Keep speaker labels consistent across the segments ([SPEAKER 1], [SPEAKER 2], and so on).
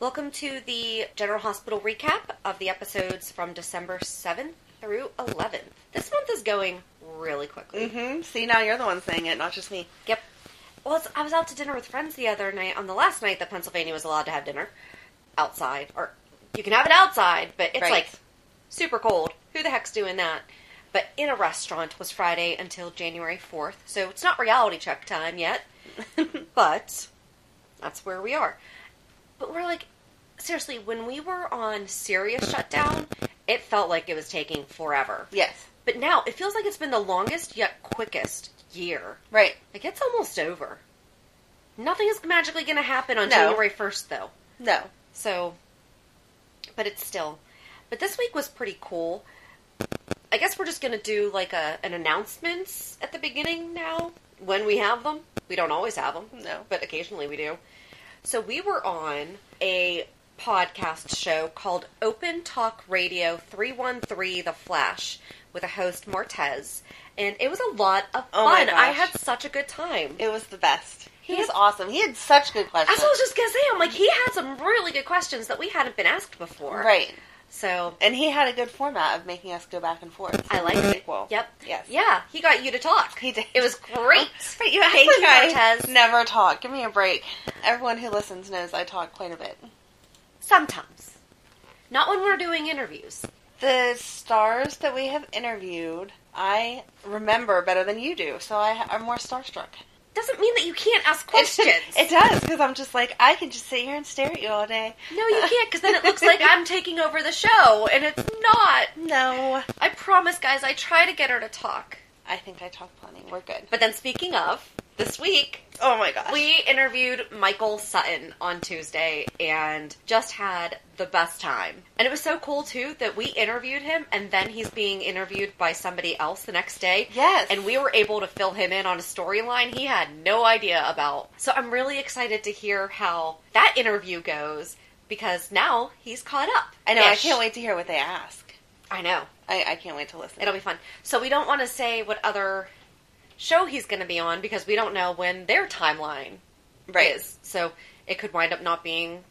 [SPEAKER 1] Welcome to the General Hospital recap of the episodes from December 7th through 11th. This month is going really quickly.
[SPEAKER 2] Mm-hmm. See, now you're the one saying it, not just me.
[SPEAKER 1] Yep. Well, it's- I was out to dinner with friends the other night on the last night that Pennsylvania was allowed to have dinner outside, or you can have it outside, but it's
[SPEAKER 2] Right.
[SPEAKER 1] like super cold. Who the heck's doing that? But in a restaurant was Friday until January fourth, so it's not reality check time yet. but that's where we are. But we're like, seriously, when we were on serious shutdown, it felt like it was taking forever.
[SPEAKER 2] Yes.
[SPEAKER 1] But now it feels like it's been the longest yet quickest year.
[SPEAKER 2] Right.
[SPEAKER 1] Like it's almost over. Nothing is magically going to happen on
[SPEAKER 2] No.
[SPEAKER 1] January 1st though.
[SPEAKER 2] No.
[SPEAKER 1] So but it's still but this week was pretty cool. I guess we're just going to do like a an announcements at the beginning now when we have them. We don't always have them.
[SPEAKER 2] No.
[SPEAKER 1] But occasionally we do. So we were on a podcast show called Open Talk Radio 313 The Flash with a host Martez and it was a lot of
[SPEAKER 2] Oh my
[SPEAKER 1] fun. I
[SPEAKER 2] gosh.
[SPEAKER 1] had such a good time.
[SPEAKER 2] It was the best. He
[SPEAKER 1] He
[SPEAKER 2] was
[SPEAKER 1] had-
[SPEAKER 2] awesome. He had such good questions.
[SPEAKER 1] That's what I was just gonna say. I'm like, he had some really good questions that we hadn't been asked before.
[SPEAKER 2] Right.
[SPEAKER 1] So
[SPEAKER 2] And he had a good format of making us go back and forth.
[SPEAKER 1] I liked it.
[SPEAKER 2] Well,
[SPEAKER 1] Yep.
[SPEAKER 2] Yes.
[SPEAKER 1] Yeah. He got you to talk.
[SPEAKER 2] He did.
[SPEAKER 1] It was great.
[SPEAKER 2] But you
[SPEAKER 1] Thank you,
[SPEAKER 2] actually guys
[SPEAKER 1] Cortez.
[SPEAKER 2] never talk. Give me a break. Everyone who listens knows I talk quite a bit.
[SPEAKER 1] Sometimes. Not when we're doing interviews.
[SPEAKER 2] The stars that we have interviewed, I remember better than you do, so I, I'm more starstruck.
[SPEAKER 1] Doesn't mean that you can't ask
[SPEAKER 2] It-
[SPEAKER 1] questions.
[SPEAKER 2] It does because I'm just like I can just sit here and stare at you all day.
[SPEAKER 1] no, you can't, because then it looks like I'm taking over the show, and it's not.
[SPEAKER 2] No,
[SPEAKER 1] I promise, guys, I try to get her to talk.
[SPEAKER 2] I think I talk plenty. We're good.
[SPEAKER 1] But then, speaking of, this week,
[SPEAKER 2] oh my gosh,
[SPEAKER 1] We interviewed Michael Sutton on Tuesday and just had the best time. And it was so cool too that we interviewed him and then he's being interviewed by somebody else the next day.
[SPEAKER 2] Yes.
[SPEAKER 1] And we were able to fill him in on a storyline he had no idea about. So I'm really excited to hear how that interview goes because now he's caught up.
[SPEAKER 2] I know. I
[SPEAKER 1] Ish.
[SPEAKER 2] can't wait to hear what they ask.
[SPEAKER 1] I know.
[SPEAKER 2] I, I can't wait to listen.
[SPEAKER 1] It'll be fun. So we don't want to say what other show he's going to be on because we don't know when their timeline
[SPEAKER 2] right.
[SPEAKER 1] is. So it could wind up not being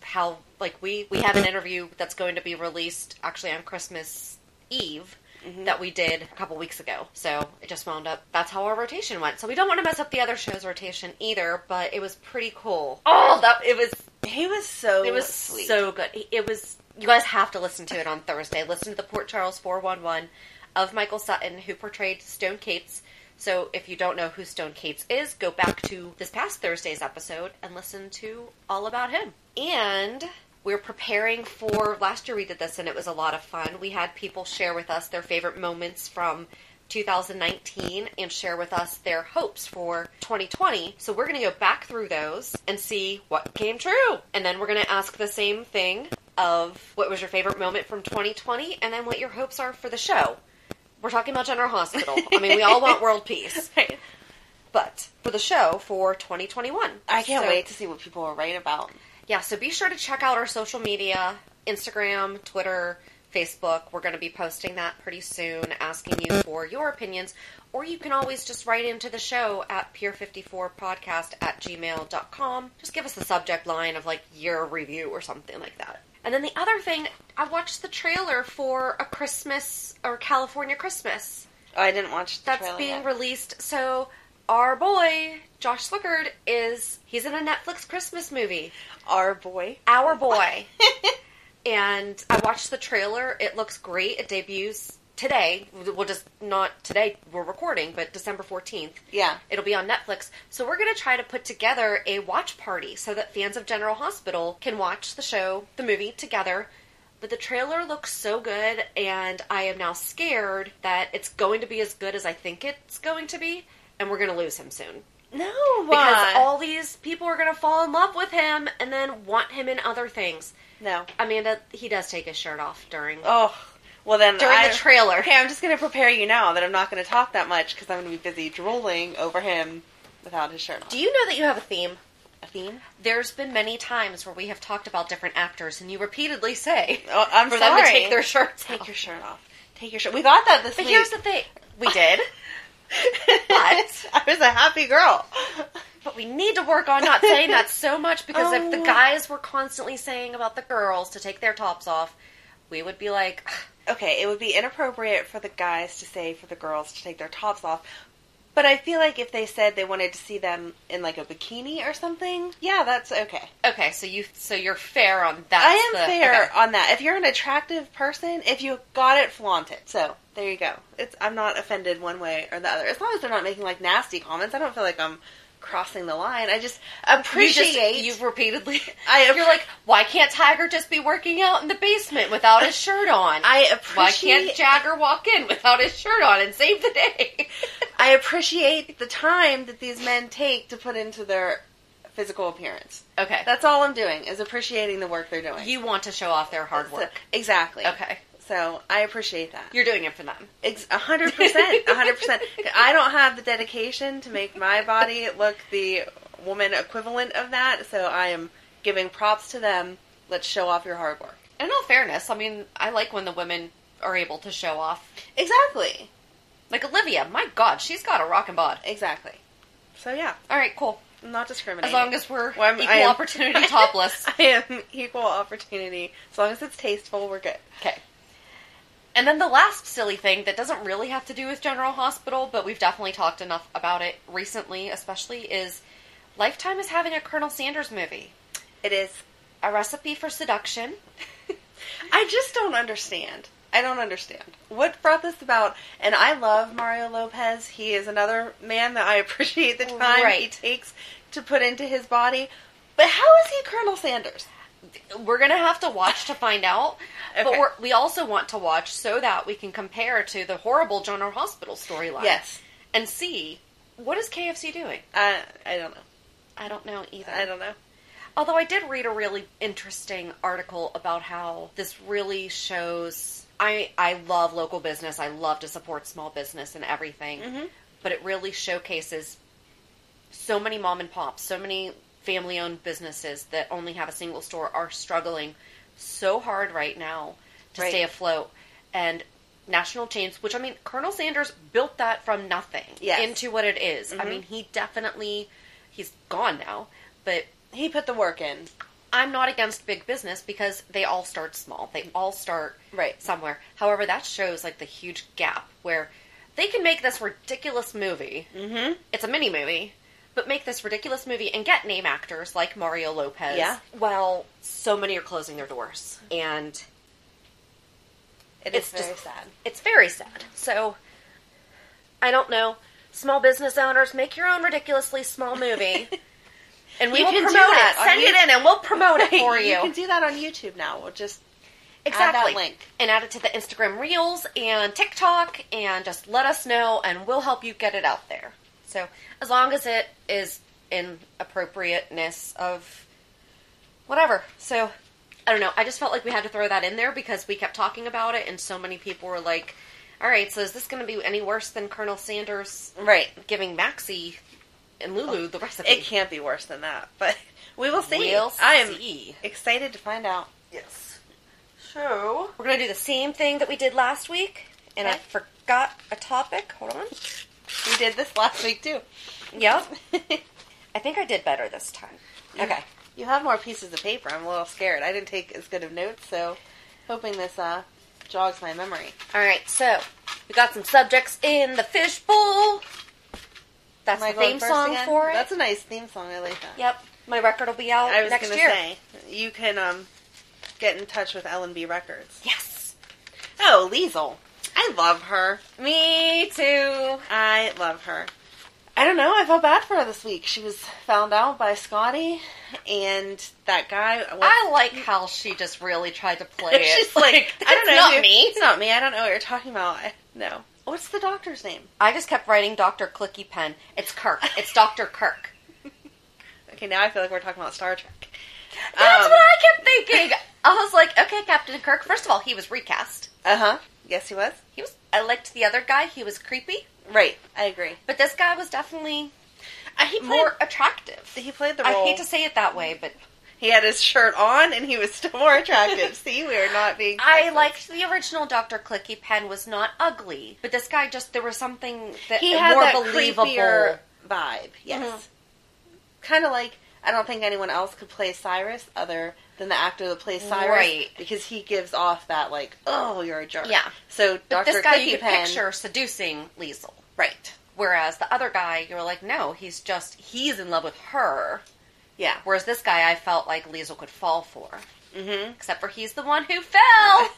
[SPEAKER 1] how like we we have an interview that's going to be released actually on Christmas Eve that we did a couple weeks ago. So it just wound up that's how our rotation went. So we don't want to mess up the other show's rotation either, but it was pretty cool. Oh, that it was
[SPEAKER 2] He was so.
[SPEAKER 1] it was
[SPEAKER 2] sweet.
[SPEAKER 1] so good. It was. You guys have to listen to it on Thursday. Listen to the Port Charles 411 of Michael Sutton, who portrayed Stone Kate's So if you don't know who Stone Cates is, go back to this past Thursday's episode and listen to all about him. And we're preparing for last year we did this and it was a lot of fun. We had people share with us their favorite moments from 2019 and share with us their hopes for 2020. So we're going to go back through those and see what came true. And then we're going to ask the same thing of what was your favorite moment from 2020 and then what your hopes are for the show. We're talking about General Hospital. I mean, we all want world peace. But for the show for 2021.
[SPEAKER 2] I can't
[SPEAKER 1] So-
[SPEAKER 2] wait to see what people will write about.
[SPEAKER 1] yeah, so be sure to check out our social media Instagram, Twitter, Facebook. We're going to be posting that pretty soon, asking you for your opinions. Or you can always just write into the show at peer54podcast at gmail.com. Just give us the subject line of like year review or something like that. And then the other thing, I watched the trailer for a Christmas or California Christmas
[SPEAKER 2] Oh, I didn't watch the
[SPEAKER 1] that's
[SPEAKER 2] trailer
[SPEAKER 1] being
[SPEAKER 2] yet.
[SPEAKER 1] released. So our boy, Josh Slickard, is he's in a Netflix Christmas movie.
[SPEAKER 2] Our boy.
[SPEAKER 1] Our Boy. and I watched the trailer. It looks great. It debuts today. Well, just not today. We're recording, but December 14th.
[SPEAKER 2] Yeah.
[SPEAKER 1] It'll be on Netflix. So we're going to try to put together a watch party so that fans of General Hospital can watch the show, the movie together. But the trailer looks so good, and I am now scared that it's going to be as good as I think it's going to be, and we're going to lose him soon
[SPEAKER 2] No,
[SPEAKER 1] because all these people are going to fall in love with him and then want him in other things.
[SPEAKER 2] no.
[SPEAKER 1] Amanda, he does take his shirt off during.
[SPEAKER 2] Oh, well then
[SPEAKER 1] During the
[SPEAKER 2] I-
[SPEAKER 1] trailer.
[SPEAKER 2] Okay, I'm just gonna prepare you now that I'm not gonna talk that much because I'm gonna be busy drooling over him without his shirt on.
[SPEAKER 1] Do you know that you have a theme?
[SPEAKER 2] a theme?
[SPEAKER 1] There's been many times where we have talked about different actors, and you repeatedly say
[SPEAKER 2] Oh, I'm
[SPEAKER 1] for
[SPEAKER 2] sorry.
[SPEAKER 1] them to take their shirts
[SPEAKER 2] Take
[SPEAKER 1] off.
[SPEAKER 2] your shirt off. Take your shirt. We got that this
[SPEAKER 1] oh. But
[SPEAKER 2] week.
[SPEAKER 1] here's the thing: we did,
[SPEAKER 2] but I was a happy girl.
[SPEAKER 1] but we need to work on not saying that so much because if the
[SPEAKER 2] Oh.
[SPEAKER 1] guys were constantly saying about the girls to take their tops off, we would be like,
[SPEAKER 2] Okay, it would be inappropriate for the guys to say for the girls to take their tops off. But I feel like if they said they wanted to see them in like a bikini or something, yeah, that's okay.
[SPEAKER 1] okay, so you, so you're fair on that.
[SPEAKER 2] I am
[SPEAKER 1] the,
[SPEAKER 2] fair
[SPEAKER 1] okay.
[SPEAKER 2] on that. If you're an attractive person, if you got it, flaunt it. So there you go. It's I'm not offended one way or the other. As long as they're not making like nasty comments, I don't feel like I'm crossing the line. I just appreciate.
[SPEAKER 1] you have repeatedly
[SPEAKER 2] I
[SPEAKER 1] you're like why can't tiger just be working out in the basement without his shirt on
[SPEAKER 2] I
[SPEAKER 1] why can't
[SPEAKER 2] appreciate.
[SPEAKER 1] jagger walk in without his shirt on and save the day
[SPEAKER 2] I appreciate the time that these men take to put into their physical appearance.
[SPEAKER 1] okay
[SPEAKER 2] That's all I'm doing is appreciating the work they're doing.
[SPEAKER 1] you want to show off their hard
[SPEAKER 2] So-
[SPEAKER 1] work
[SPEAKER 2] exactly.
[SPEAKER 1] okay
[SPEAKER 2] So I appreciate that.
[SPEAKER 1] you're doing it for them
[SPEAKER 2] Ex- A hundred percent, a hundred percent. I don't have the dedication to make my body look the woman equivalent of that, so I am giving props to them. Let's show off your hard work.
[SPEAKER 1] in all fairness i mean i like when the women are able to show off
[SPEAKER 2] Exactly,
[SPEAKER 1] like olivia my god she's got a rockin' bod
[SPEAKER 2] exactly. So yeah,
[SPEAKER 1] all right cool
[SPEAKER 2] I'm not discriminating.
[SPEAKER 1] as long as we're
[SPEAKER 2] Well, I'm- I
[SPEAKER 1] equal
[SPEAKER 2] am-
[SPEAKER 1] opportunity topless
[SPEAKER 2] I am equal opportunity, as long as it's tasteful, we're good.
[SPEAKER 1] Okay. And then the last silly thing that doesn't really have to do with General Hospital, but we've definitely talked enough about it recently, especially, is Lifetime is having a Colonel Sanders movie.
[SPEAKER 2] It is.
[SPEAKER 1] A recipe for seduction.
[SPEAKER 2] I just don't understand. I don't understand what brought this about. And I love Mario Lopez. He is another man that I appreciate the time he
[SPEAKER 1] Right.
[SPEAKER 2] takes to put into his body. But how is he Colonel Sanders?
[SPEAKER 1] We're going to have to watch to find out. But
[SPEAKER 2] Okay.
[SPEAKER 1] we're, we also want to watch so that we can compare to the horrible General Hospital storyline.
[SPEAKER 2] Yes. Uh,
[SPEAKER 1] And see what is KFC doing?
[SPEAKER 2] I I don't know.
[SPEAKER 1] I don't know either.
[SPEAKER 2] I don't know.
[SPEAKER 1] Although I did read a really interesting article about how this really shows I I love local business. I love to support small business and everything.
[SPEAKER 2] Mm-hmm.
[SPEAKER 1] But it really showcases so many mom and pops, so many family owned businesses that only have a single store are struggling so hard right now to
[SPEAKER 2] Right.
[SPEAKER 1] stay afloat. And national chains, which I mean, Colonel Sanders built that from nothing
[SPEAKER 2] Yes. Mm-hmm.
[SPEAKER 1] into what it is. I mean, he definitely, he's gone now, but
[SPEAKER 2] He put the work in.
[SPEAKER 1] I'm not against big business because they all start small. They all start
[SPEAKER 2] Right.
[SPEAKER 1] somewhere. However, that shows like the huge gap where they can make this ridiculous movie. Mm-hmm. It's a mini movie, but make this ridiculous movie and get name actors like Mario Lopez.
[SPEAKER 2] Yeah.
[SPEAKER 1] While so many are closing their doors, and
[SPEAKER 2] It is
[SPEAKER 1] it's
[SPEAKER 2] very
[SPEAKER 1] just
[SPEAKER 2] sad.
[SPEAKER 1] It's very sad. So I don't know. Small business owners, make your own ridiculously small movie. And we
[SPEAKER 2] You
[SPEAKER 1] will
[SPEAKER 2] can do
[SPEAKER 1] promote it.
[SPEAKER 2] that on
[SPEAKER 1] Send
[SPEAKER 2] you-
[SPEAKER 1] it in and we'll promote it for you.
[SPEAKER 2] you can do that on YouTube now. We'll just
[SPEAKER 1] exactly.
[SPEAKER 2] add that link.
[SPEAKER 1] And add it to the Instagram Reels and TikTok and just let us know and we'll help you get it out there. So as long as it is in appropriateness of whatever. So I don't know. I just felt like we had to throw that in there because we kept talking about it and so many people were like, All right, so is this gonna be any worse than Colonel Sanders
[SPEAKER 2] Right.
[SPEAKER 1] giving Maxie and Lulu the recipe?
[SPEAKER 2] It can't be worse than that, but we will see.
[SPEAKER 1] We'll
[SPEAKER 2] I am
[SPEAKER 1] see.
[SPEAKER 2] excited to find out.
[SPEAKER 1] Yes. So we're gonna do the same thing that we did last week, and I
[SPEAKER 2] Okay.
[SPEAKER 1] forgot a topic. Hold on.
[SPEAKER 2] We did this last week too.
[SPEAKER 1] Yep. I think I did better this time. Okay.
[SPEAKER 2] You have more pieces of paper. I'm a little scared. I didn't take as good of notes, so hoping this uh, jogs my memory.
[SPEAKER 1] All right. So we got some subjects in the fishbowl. That's
[SPEAKER 2] Am I
[SPEAKER 1] the
[SPEAKER 2] going
[SPEAKER 1] theme
[SPEAKER 2] first
[SPEAKER 1] song
[SPEAKER 2] again?
[SPEAKER 1] for it.
[SPEAKER 2] That's a nice theme song. I like that.
[SPEAKER 1] yep. My record will be out
[SPEAKER 2] I was
[SPEAKER 1] next
[SPEAKER 2] gonna
[SPEAKER 1] year.
[SPEAKER 2] say you can um, get in touch with L and B Records.
[SPEAKER 1] Yes.
[SPEAKER 2] Oh, Liesel. I love her.
[SPEAKER 1] Me too.
[SPEAKER 2] I love her. I don't know. I felt bad for her this week. She was found out by Scotty, and that guy.
[SPEAKER 1] I like how she just really tried to play
[SPEAKER 2] It's
[SPEAKER 1] it.
[SPEAKER 2] just like, I don't know.
[SPEAKER 1] Not
[SPEAKER 2] who-
[SPEAKER 1] me.
[SPEAKER 2] It's not me. I don't know what you're talking about. I, no. What's the doctor's name?
[SPEAKER 1] I just kept writing Doctor Clicky Pen. It's Kirk. It's Doctor Kirk.
[SPEAKER 2] Okay, now I feel like we're talking about Star Trek.
[SPEAKER 1] That's
[SPEAKER 2] Um,
[SPEAKER 1] what I kept thinking. I was like, okay, Captain Kirk. First of all, he was recast.
[SPEAKER 2] Uh huh. Yes, he was.
[SPEAKER 1] He was. I liked the other guy. He was creepy,
[SPEAKER 2] Right. I agree.
[SPEAKER 1] but this guy was definitely
[SPEAKER 2] Uh, he played.
[SPEAKER 1] more attractive.
[SPEAKER 2] he played the
[SPEAKER 1] I
[SPEAKER 2] role.
[SPEAKER 1] hate to say it that way, but
[SPEAKER 2] He had his shirt on, and he was still more attractive. See, we are not being.
[SPEAKER 1] I
[SPEAKER 2] sexist.
[SPEAKER 1] liked the original Doctor Clicky Pen was not ugly, but this guy just there was something that
[SPEAKER 2] He had
[SPEAKER 1] more
[SPEAKER 2] that
[SPEAKER 1] believable.
[SPEAKER 2] creepier vibe. Yes. Kind of Mm-hmm. like I don't think anyone else could play Cyrus other than the actor that plays Cyrus,
[SPEAKER 1] Right.
[SPEAKER 2] Because he gives off that like, oh, you're a jerk.
[SPEAKER 1] Yeah.
[SPEAKER 2] So
[SPEAKER 1] But
[SPEAKER 2] Dr.
[SPEAKER 1] this guy
[SPEAKER 2] Clicky
[SPEAKER 1] you could
[SPEAKER 2] Pen,
[SPEAKER 1] picture seducing Liesel,
[SPEAKER 2] right?
[SPEAKER 1] whereas the other guy you're like, no, he's just he's in love with her.
[SPEAKER 2] Yeah.
[SPEAKER 1] Whereas this guy, I felt like Liesel could fall for. Mm-hmm. Except for he's the one who fell.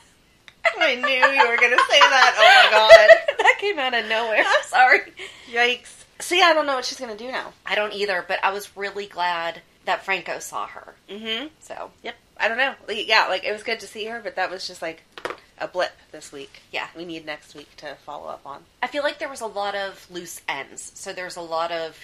[SPEAKER 2] I knew you were gonna say that. Oh my god.
[SPEAKER 1] that came out of nowhere. Sorry.
[SPEAKER 2] Yikes. See, I don't know what she's gonna do now.
[SPEAKER 1] I don't either, but I was really glad that Franco saw her. Mm-hmm. So,
[SPEAKER 2] Yep. I don't know. Like, yeah, like it was good to see her, but that was just like a blip this week.
[SPEAKER 1] Yeah.
[SPEAKER 2] We need next week to follow up on.
[SPEAKER 1] I feel like there was a lot of loose ends. So there's a lot of,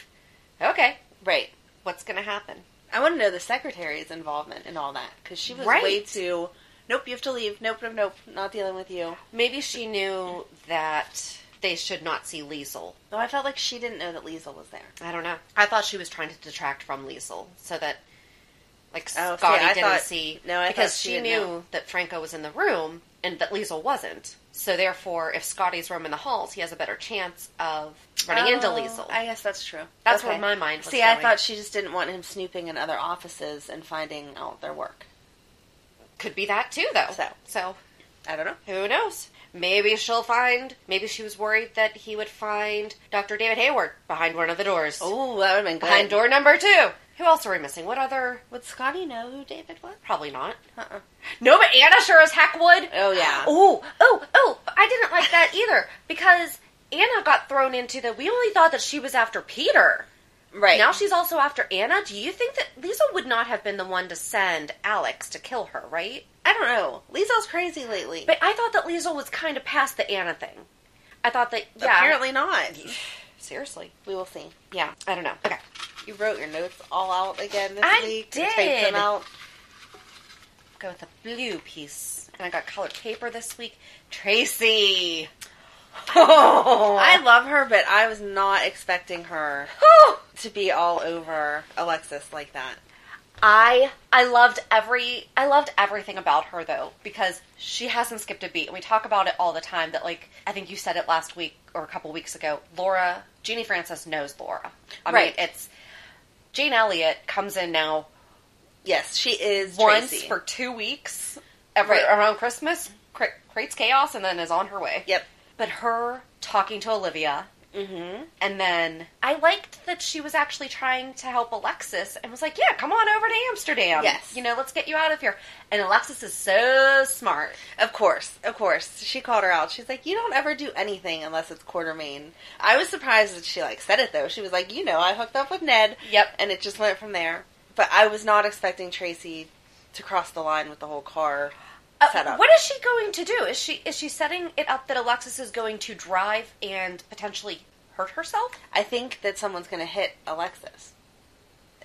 [SPEAKER 1] okay,
[SPEAKER 2] Right.
[SPEAKER 1] what's going to happen?
[SPEAKER 2] I want to know the secretary's involvement in all that because she was
[SPEAKER 1] Right.
[SPEAKER 2] way too. Nope, you have to leave. Nope, nope, nope. Not dealing with you.
[SPEAKER 1] Maybe she knew that they should not see Liesel.
[SPEAKER 2] Though I felt like she didn't know that Liesel was there.
[SPEAKER 1] I don't know. I thought she was trying to detract from Liesel so that, like,
[SPEAKER 2] Oh, see,
[SPEAKER 1] Scotty
[SPEAKER 2] I
[SPEAKER 1] didn't
[SPEAKER 2] thought-
[SPEAKER 1] see.
[SPEAKER 2] no, I
[SPEAKER 1] because
[SPEAKER 2] thought she
[SPEAKER 1] she
[SPEAKER 2] didn't
[SPEAKER 1] knew
[SPEAKER 2] know.
[SPEAKER 1] that Franco was in the room and that Liesel wasn't. So therefore, if Scotty's roaming the halls, he has a better chance of running into
[SPEAKER 2] Oh,
[SPEAKER 1] Liesel.
[SPEAKER 2] I guess that's true.
[SPEAKER 1] That's where my mind was
[SPEAKER 2] See, I
[SPEAKER 1] going.
[SPEAKER 2] thought she just didn't want him snooping in other offices and finding out their work.
[SPEAKER 1] Could be that too, though.
[SPEAKER 2] So.
[SPEAKER 1] so
[SPEAKER 2] I don't know.
[SPEAKER 1] who knows? Maybe she'll find. Maybe she was worried that he would find Dr. David Hayward behind one of the doors.
[SPEAKER 2] Oh, that would have been good.
[SPEAKER 1] behind door number two. Who else are we missing? What other?
[SPEAKER 2] Would Scotty know who David was?
[SPEAKER 1] Probably not.
[SPEAKER 2] Uh-uh.
[SPEAKER 1] No, but Anna sure as heck would.
[SPEAKER 2] Oh, yeah.
[SPEAKER 1] Oh, oh, oh! but I didn't like that either because Anna got thrown into the. We only thought that she was after Peter.
[SPEAKER 2] Right.
[SPEAKER 1] Now she's also after Anna. Do you think that Lisa would not have been the one to send Alex to kill her? Right.
[SPEAKER 2] I don't know. Liesel's crazy lately.
[SPEAKER 1] But I thought that Liesel was kind of past the Anna thing. I thought that yeah.
[SPEAKER 2] Apparently not.
[SPEAKER 1] seriously.
[SPEAKER 2] We will see.
[SPEAKER 1] Yeah, I don't know. Okay,
[SPEAKER 2] You wrote your notes all out again this
[SPEAKER 1] I
[SPEAKER 2] week.
[SPEAKER 1] did.
[SPEAKER 2] Take them out.
[SPEAKER 1] go with a blue piece, and I got colored paper this week. Tracy. Oh,
[SPEAKER 2] I love her, but I was not expecting her to be all over Alexis like that.
[SPEAKER 1] I I loved every I loved everything about her though because she hasn't skipped a beat and we talk about it all the time that like I think you said it last week or a couple weeks ago Laura Jeannie Francis knows Laura I
[SPEAKER 2] Right.
[SPEAKER 1] mean it's Jane Elliott comes in now
[SPEAKER 2] Yes, she is
[SPEAKER 1] once
[SPEAKER 2] Tracy.
[SPEAKER 1] for two weeks every,
[SPEAKER 2] Right.
[SPEAKER 1] around Christmas, cre- creates chaos, and then is on her way.
[SPEAKER 2] Yep.
[SPEAKER 1] But her talking to Olivia And then I liked that she was actually trying to help Alexis and was like, "Yeah, come on over to Amsterdam.
[SPEAKER 2] Yes.
[SPEAKER 1] you know, let's get you out of here." And Alexis is so smart.
[SPEAKER 2] Of course, of course. She called her out. She's like, "You don't ever do anything unless it's Quartermain." I was surprised that she like said it though. She was like, "You know, I hooked up with Ned."
[SPEAKER 1] Yep.
[SPEAKER 2] And it just went from there. But I was not expecting Tracy to cross the line with the whole car
[SPEAKER 1] Uh,
[SPEAKER 2] setup.
[SPEAKER 1] What is she going to do? Is she is she setting it up that Alexis is going to drive and potentially hurt herself?
[SPEAKER 2] I think that someone's going to hit Alexis.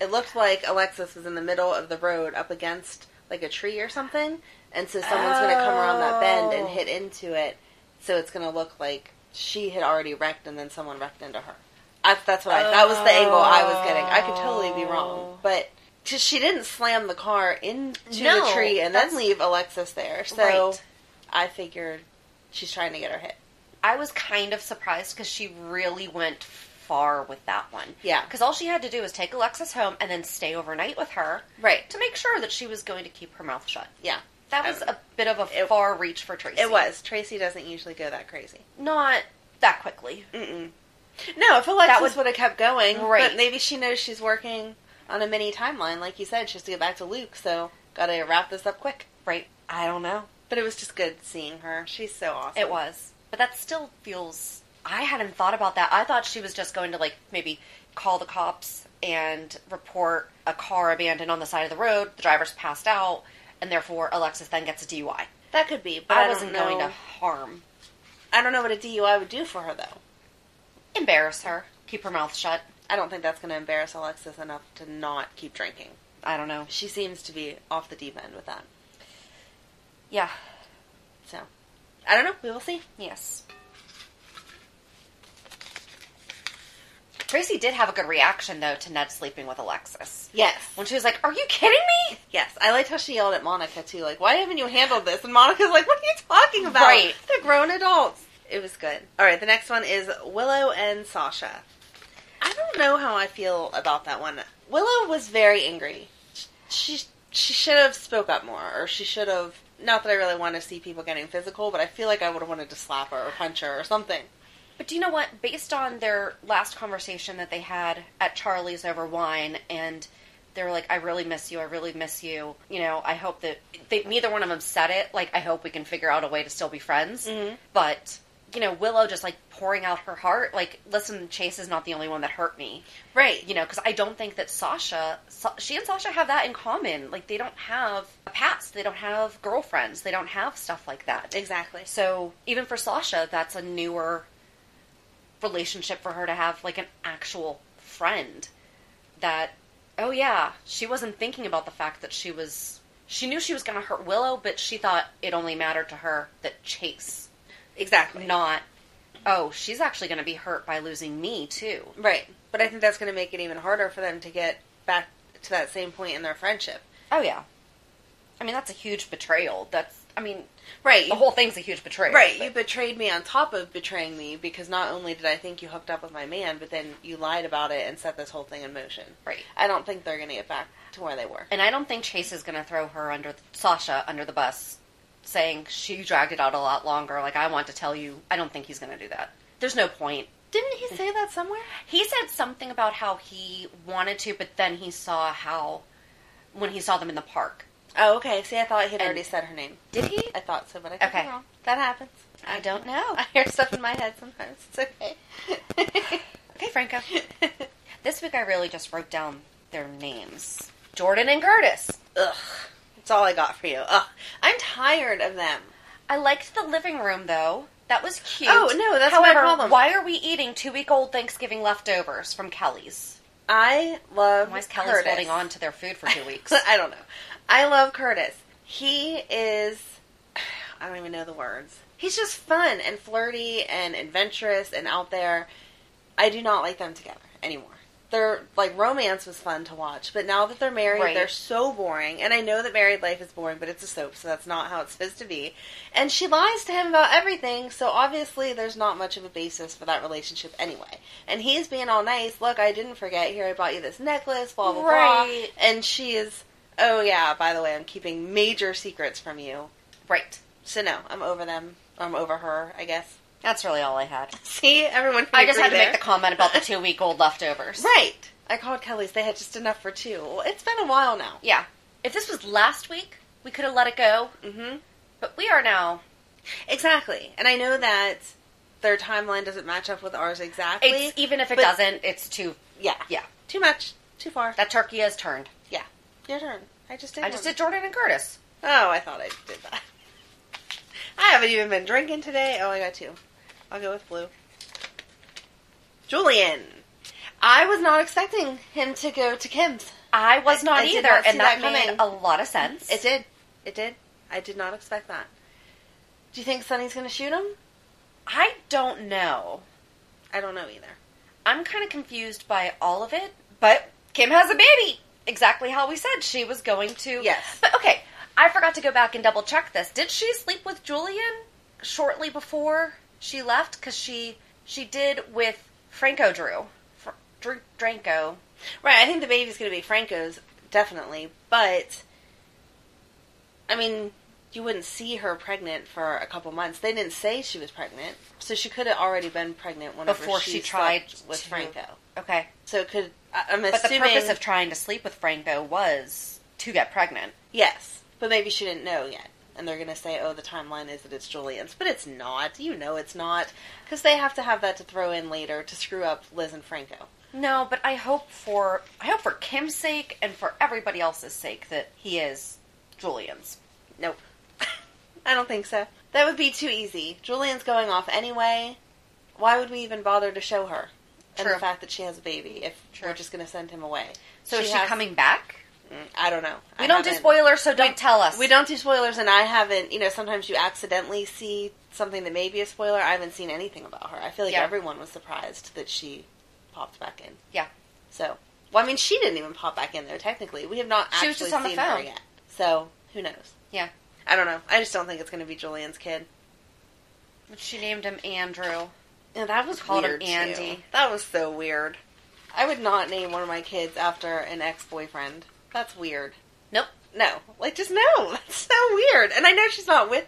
[SPEAKER 2] It looked like Alexis was in the middle of the road up against like a tree or something, and so someone's going to come around that bend and
[SPEAKER 1] Oh.
[SPEAKER 2] hit into it. So it's going to look like she had already wrecked and then someone wrecked into her. I, that's what I, that was the angle I was getting. I could totally be wrong,
[SPEAKER 1] Oh.
[SPEAKER 2] but 'cause she didn't slam the car into
[SPEAKER 1] No,
[SPEAKER 2] the tree and then
[SPEAKER 1] that's-
[SPEAKER 2] leave Alexis there. So
[SPEAKER 1] Right.
[SPEAKER 2] I figured she's trying to get her hit.
[SPEAKER 1] I was kind of surprised because she really went far with that one.
[SPEAKER 2] Yeah.
[SPEAKER 1] Because all she had to do was take Alexis home and then stay overnight with her.
[SPEAKER 2] Right.
[SPEAKER 1] To make sure that she was going to keep her mouth shut.
[SPEAKER 2] Yeah,
[SPEAKER 1] That was
[SPEAKER 2] Um,
[SPEAKER 1] a bit of a
[SPEAKER 2] it-
[SPEAKER 1] far reach for Tracy.
[SPEAKER 2] It was. Tracy doesn't usually go that crazy.
[SPEAKER 1] Not that quickly.
[SPEAKER 2] Mm. No, if Alexis
[SPEAKER 1] would-
[SPEAKER 2] would, have kept going,
[SPEAKER 1] Right.
[SPEAKER 2] but maybe she knows she's working on a mini timeline, like you said, she has to get back to Luke, so gotta wrap this up quick.
[SPEAKER 1] Right. I don't know.
[SPEAKER 2] But it was just good seeing her. She's so awesome.
[SPEAKER 1] It was. But that still feels. I hadn't thought about that. I thought she was just going to, like, maybe call the cops and report a car abandoned on the side of the road, the driver's passed out, and therefore Alexis then gets a DUI.
[SPEAKER 2] That could be, but
[SPEAKER 1] I,
[SPEAKER 2] I,
[SPEAKER 1] wasn't
[SPEAKER 2] don't know.
[SPEAKER 1] going to harm,
[SPEAKER 2] I don't know what a DUI would do for her though.
[SPEAKER 1] embarrass her, keep her mouth shut.
[SPEAKER 2] I don't think that's gonna embarrass Alexis enough to not keep drinking.
[SPEAKER 1] I don't know.
[SPEAKER 2] She seems to be off the deep end with that.
[SPEAKER 1] Yeah.
[SPEAKER 2] So I don't know, we will see.
[SPEAKER 1] Yes. Tracy did have a good reaction though to Ned sleeping with Alexis.
[SPEAKER 2] Yes.
[SPEAKER 1] When she was like, "Are you kidding me?"
[SPEAKER 2] Yes, I liked how she yelled at Monica too, like, why haven't you handled this? And Monica's like, what are you talking about?
[SPEAKER 1] Right.
[SPEAKER 2] They're grown adults. It was good. All right, the next one is Willow and Sasha. I don't know how I feel about that one. Willow was very angry. She she should have spoke up more, or she should have. Not that I really want to see people getting physical, but I feel like I would have wanted to slap her or punch her or something.
[SPEAKER 1] But do you know what? Based on their last conversation that they had at Charlie's over wine, and they were like, "I really miss you. I really miss you." You know, I hope that they, neither one of them said it. Like, I hope we can figure out a way to still be friends.
[SPEAKER 2] Mm-hmm.
[SPEAKER 1] But you know, Willow just like pouring out her heart. Like, listen, Chase is not the only one that hurt me.
[SPEAKER 2] Right.
[SPEAKER 1] You know, because I don't think that Sasha, Sa- she and Sasha have that in common. Like, they don't have a past. They don't have girlfriends. They don't have stuff like that.
[SPEAKER 2] Exactly.
[SPEAKER 1] So even for Sasha, that's a newer relationship for her to have like an actual friend that oh yeah, she wasn't thinking about the fact that she was she knew she was going to hurt Willow, but she thought it only mattered to her that Chase
[SPEAKER 2] Exactly.
[SPEAKER 1] not oh, she's actually going to be hurt by losing me too.
[SPEAKER 2] Right. But I think that's going to make it even harder for them to get back to that same point in their friendship.
[SPEAKER 1] Oh yeah. I mean, that's a huge betrayal. That's I mean,
[SPEAKER 2] Right.
[SPEAKER 1] the whole thing's a huge betrayal.
[SPEAKER 2] Right,
[SPEAKER 1] but-
[SPEAKER 2] you betrayed me on top of betraying me because not only did I think you hooked up with my man, but then you lied about it and set this whole thing in motion.
[SPEAKER 1] Right.
[SPEAKER 2] I don't think they're going to get back to where they were.
[SPEAKER 1] And I don't think Chase is going to throw her under Sasha under the bus, saying she dragged it out a lot longer. Like I want to tell you, I don't think he's going to do that. There's no point.
[SPEAKER 2] Didn't he say that somewhere?
[SPEAKER 1] He said something about how he wanted to, but then he saw how when he saw them in the park.
[SPEAKER 2] Oh, okay. See, I thought he'd already
[SPEAKER 1] And-
[SPEAKER 2] said her name.
[SPEAKER 1] Did he?
[SPEAKER 2] I thought so, but I could
[SPEAKER 1] Okay.
[SPEAKER 2] be wrong. That happens.
[SPEAKER 1] I don't know.
[SPEAKER 2] I hear stuff in my head sometimes. It's okay.
[SPEAKER 1] Okay, Franco. this week I really just wrote down their names: Jordan and Curtis.
[SPEAKER 2] Ugh. That's all I got for you. Ugh. I'm tired of them.
[SPEAKER 1] I liked the living room though. That was cute.
[SPEAKER 2] Oh, no, that's my
[SPEAKER 1] However,
[SPEAKER 2] problem.
[SPEAKER 1] Why are we eating two week old Thanksgiving leftovers from Kelly's?
[SPEAKER 2] I love
[SPEAKER 1] Why is Kelly's
[SPEAKER 2] Curtis.
[SPEAKER 1] holding on to their food for two weeks?
[SPEAKER 2] I don't know. I love Curtis. He is. I don't even know the words. He's just fun and flirty and adventurous and out there. I do not like them together anymore. Their like romance was fun to watch, but now that they're married,
[SPEAKER 1] Right.
[SPEAKER 2] they're so boring. And I know that married life is boring, but it's a soap, so that's not how it's supposed to be. And she lies to him about everything, so obviously there's not much of a basis for that relationship anyway. And he's being all nice. Look, I didn't forget. Here, I bought you this necklace. Blah blah blah.
[SPEAKER 1] Right.
[SPEAKER 2] And she is. Oh yeah. By the way, I'm keeping major secrets from you.
[SPEAKER 1] right.
[SPEAKER 2] So no, I'm over them. I'm over her, I guess.
[SPEAKER 1] That's really all I had.
[SPEAKER 2] See, everyone. Can
[SPEAKER 1] I just
[SPEAKER 2] agree
[SPEAKER 1] had to make
[SPEAKER 2] there.
[SPEAKER 1] the comment about the two week old leftovers.
[SPEAKER 2] Right. I called Kelly's. They had just enough for two. Well, it's been a while now.
[SPEAKER 1] Yeah. If this was last week, we could have let it go. Mm-hmm. But we are now.
[SPEAKER 2] Exactly. And I know that their timeline doesn't match up with ours exactly.
[SPEAKER 1] It's, even if it
[SPEAKER 2] but-
[SPEAKER 1] doesn't, it's too.
[SPEAKER 2] Yeah.
[SPEAKER 1] Yeah.
[SPEAKER 2] Too much. Too far.
[SPEAKER 1] That turkey is turned.
[SPEAKER 2] yeah. Your turn. I just did.
[SPEAKER 1] I just
[SPEAKER 2] one.
[SPEAKER 1] did Jordan and Curtis.
[SPEAKER 2] Oh, I thought I did that. I haven't even been drinking today. Oh, I got two. I'll go with blue. Julian. I was not expecting him to go to Kim's.
[SPEAKER 1] I was
[SPEAKER 2] I-
[SPEAKER 1] not
[SPEAKER 2] I did
[SPEAKER 1] either,
[SPEAKER 2] not see
[SPEAKER 1] and that,
[SPEAKER 2] that
[SPEAKER 1] made
[SPEAKER 2] coming.
[SPEAKER 1] a lot of sense.
[SPEAKER 2] It did. It did. I did not expect that. Do you think Sonny's going to shoot him?
[SPEAKER 1] I don't know.
[SPEAKER 2] I don't know either.
[SPEAKER 1] I'm kind of confused by all of it, but Kim has a baby. Exactly how we said she was going to.
[SPEAKER 2] Yes.
[SPEAKER 1] But okay, I forgot to go back and double check this. Did she sleep with Julian shortly before she left? Because she she did with Franco Drew. Fr- Drew Dranko.
[SPEAKER 2] Right, I think the baby's going to be Franco's, definitely. But, I mean, you wouldn't see her pregnant for a couple months. They didn't say she was pregnant, so she could have already been pregnant whenever
[SPEAKER 1] Before she
[SPEAKER 2] slept
[SPEAKER 1] tried
[SPEAKER 2] with
[SPEAKER 1] to-
[SPEAKER 2] Franco.
[SPEAKER 1] Okay.
[SPEAKER 2] So it could. I- I'm
[SPEAKER 1] But the
[SPEAKER 2] assuming.
[SPEAKER 1] purpose of trying to sleep with Franco was to get pregnant.
[SPEAKER 2] yes, but maybe she didn't know yet. And they're going to say, oh, the timeline is that it's Julian's. But it's not. You know it's not. Because they have to have that to throw in later to screw up Liz and Franco.
[SPEAKER 1] No, but I hope for I hope for Kim's sake and for everybody else's sake that he is Julian's.
[SPEAKER 2] Nope. I don't think so. That would be too easy. Julian's going off anyway. Why would we even bother to show her? And
[SPEAKER 1] True.
[SPEAKER 2] the fact that she has a baby if we're just going to send him away.
[SPEAKER 1] So is she
[SPEAKER 2] has-
[SPEAKER 1] coming back?
[SPEAKER 2] Mm, I don't know.
[SPEAKER 1] We
[SPEAKER 2] I
[SPEAKER 1] don't do
[SPEAKER 2] haven't-
[SPEAKER 1] spoilers, so don't tell us.
[SPEAKER 2] We don't do spoilers, and I haven't. You know, sometimes you accidentally see something that may be a spoiler. I haven't seen anything about her. I feel like
[SPEAKER 1] Yeah.
[SPEAKER 2] everyone was surprised that she popped back in.
[SPEAKER 1] Yeah.
[SPEAKER 2] So, well, I mean, she didn't even pop back in there. Technically, we have not
[SPEAKER 1] She
[SPEAKER 2] actually
[SPEAKER 1] was just on the
[SPEAKER 2] seen her
[SPEAKER 1] phone.
[SPEAKER 2] yet. So, who knows?
[SPEAKER 1] Yeah.
[SPEAKER 2] I don't know. I just don't think it's going to be Julian's kid.
[SPEAKER 1] She named him Andrew.
[SPEAKER 2] Yeah, that was
[SPEAKER 1] Called him
[SPEAKER 2] weird.
[SPEAKER 1] Andy.
[SPEAKER 2] too. That was so weird. I would not name one of my kids after an ex-boyfriend. That's weird.
[SPEAKER 1] Nope.
[SPEAKER 2] No, like just no. That's so weird. And I know she's not with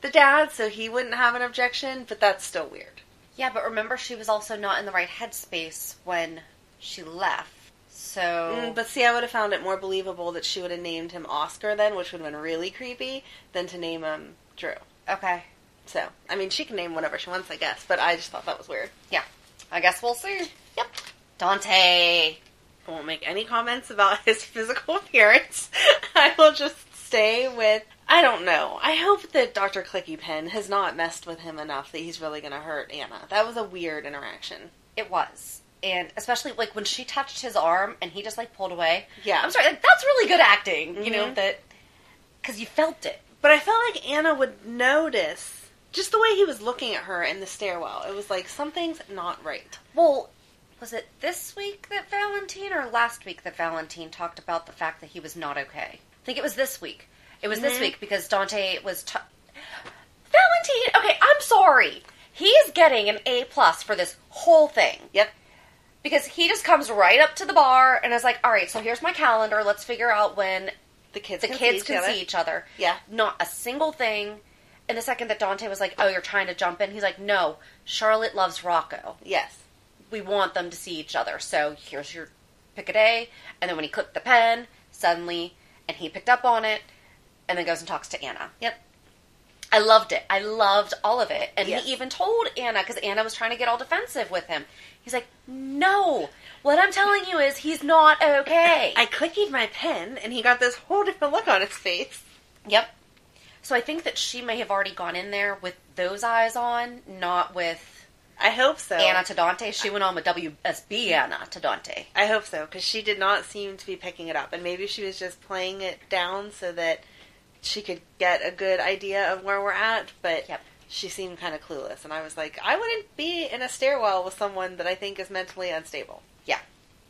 [SPEAKER 2] the dad, so he wouldn't have an objection. But that's still weird.
[SPEAKER 1] Yeah, but remember she was also not in the right headspace when she left. So
[SPEAKER 2] Mm, but see, I would have found it more believable that she would have named him Oscar then, which would have been really creepy, than to name him Drew.
[SPEAKER 1] okay.
[SPEAKER 2] So, I mean, she can name whatever she wants, I guess. But I just thought that was weird.
[SPEAKER 1] Yeah. I guess we'll see.
[SPEAKER 2] Yep.
[SPEAKER 1] Dante.
[SPEAKER 2] I won't make any comments about his physical appearance. I will just stay with. I don't know. I hope that Dr. Clicky Pen has not messed with him enough that he's really going to hurt Anna. That was a weird interaction.
[SPEAKER 1] It was. And especially like when she touched his arm and he just like pulled away.
[SPEAKER 2] Yeah. Mm-hmm.
[SPEAKER 1] I'm sorry, like that's really good acting, you know, that cuz you felt it.
[SPEAKER 2] But I felt like Anna would notice just the way he was looking at her in the stairwell. It was like something's not right.
[SPEAKER 1] Well, was it this week that Valentine or last week that Valentine talked about the fact that he was not okay? I think it was this week. It was
[SPEAKER 2] Mm-hmm.
[SPEAKER 1] this week because Dante was t- Valentine. Okay, I'm sorry. He is getting an A plus for this whole thing
[SPEAKER 2] Yep.
[SPEAKER 1] because he just comes right up to the bar and is like, "All right, so here's my calendar. Let's figure out when
[SPEAKER 2] The kids
[SPEAKER 1] the
[SPEAKER 2] can
[SPEAKER 1] kids
[SPEAKER 2] see
[SPEAKER 1] can
[SPEAKER 2] each other.
[SPEAKER 1] see each other."
[SPEAKER 2] Yeah.
[SPEAKER 1] not a single thing. And the second that Dante was like, "Oh, you're trying to jump in," he's like, "No, Charlotte loves Rocco."
[SPEAKER 2] Yes.
[SPEAKER 1] we want them to see each other. So here's your pick a day. And then when he clicked the pen, suddenly, and he picked up on it, and then goes and talks to Anna.
[SPEAKER 2] Yep.
[SPEAKER 1] I loved it. I loved all of it. And
[SPEAKER 2] Yes.
[SPEAKER 1] he even told Anna, because Anna was trying to get all defensive with him. He's like, no, what I'm telling you is he's not okay.
[SPEAKER 2] I clickied my pen, and he got this whole different look on his face.
[SPEAKER 1] yep. So I think that she may have already gone in there with those eyes on, not with
[SPEAKER 2] I hope so.
[SPEAKER 1] Anna to Dante. She went on with WSB Anna to Dante.
[SPEAKER 2] I hope so, because she did not seem to be picking it up, and maybe she was just playing it down so that she could get a good idea of where we're at. But
[SPEAKER 1] Yep.
[SPEAKER 2] she seemed kind of clueless, and I was like, I wouldn't be in a stairwell with someone that I think is mentally unstable.
[SPEAKER 1] yeah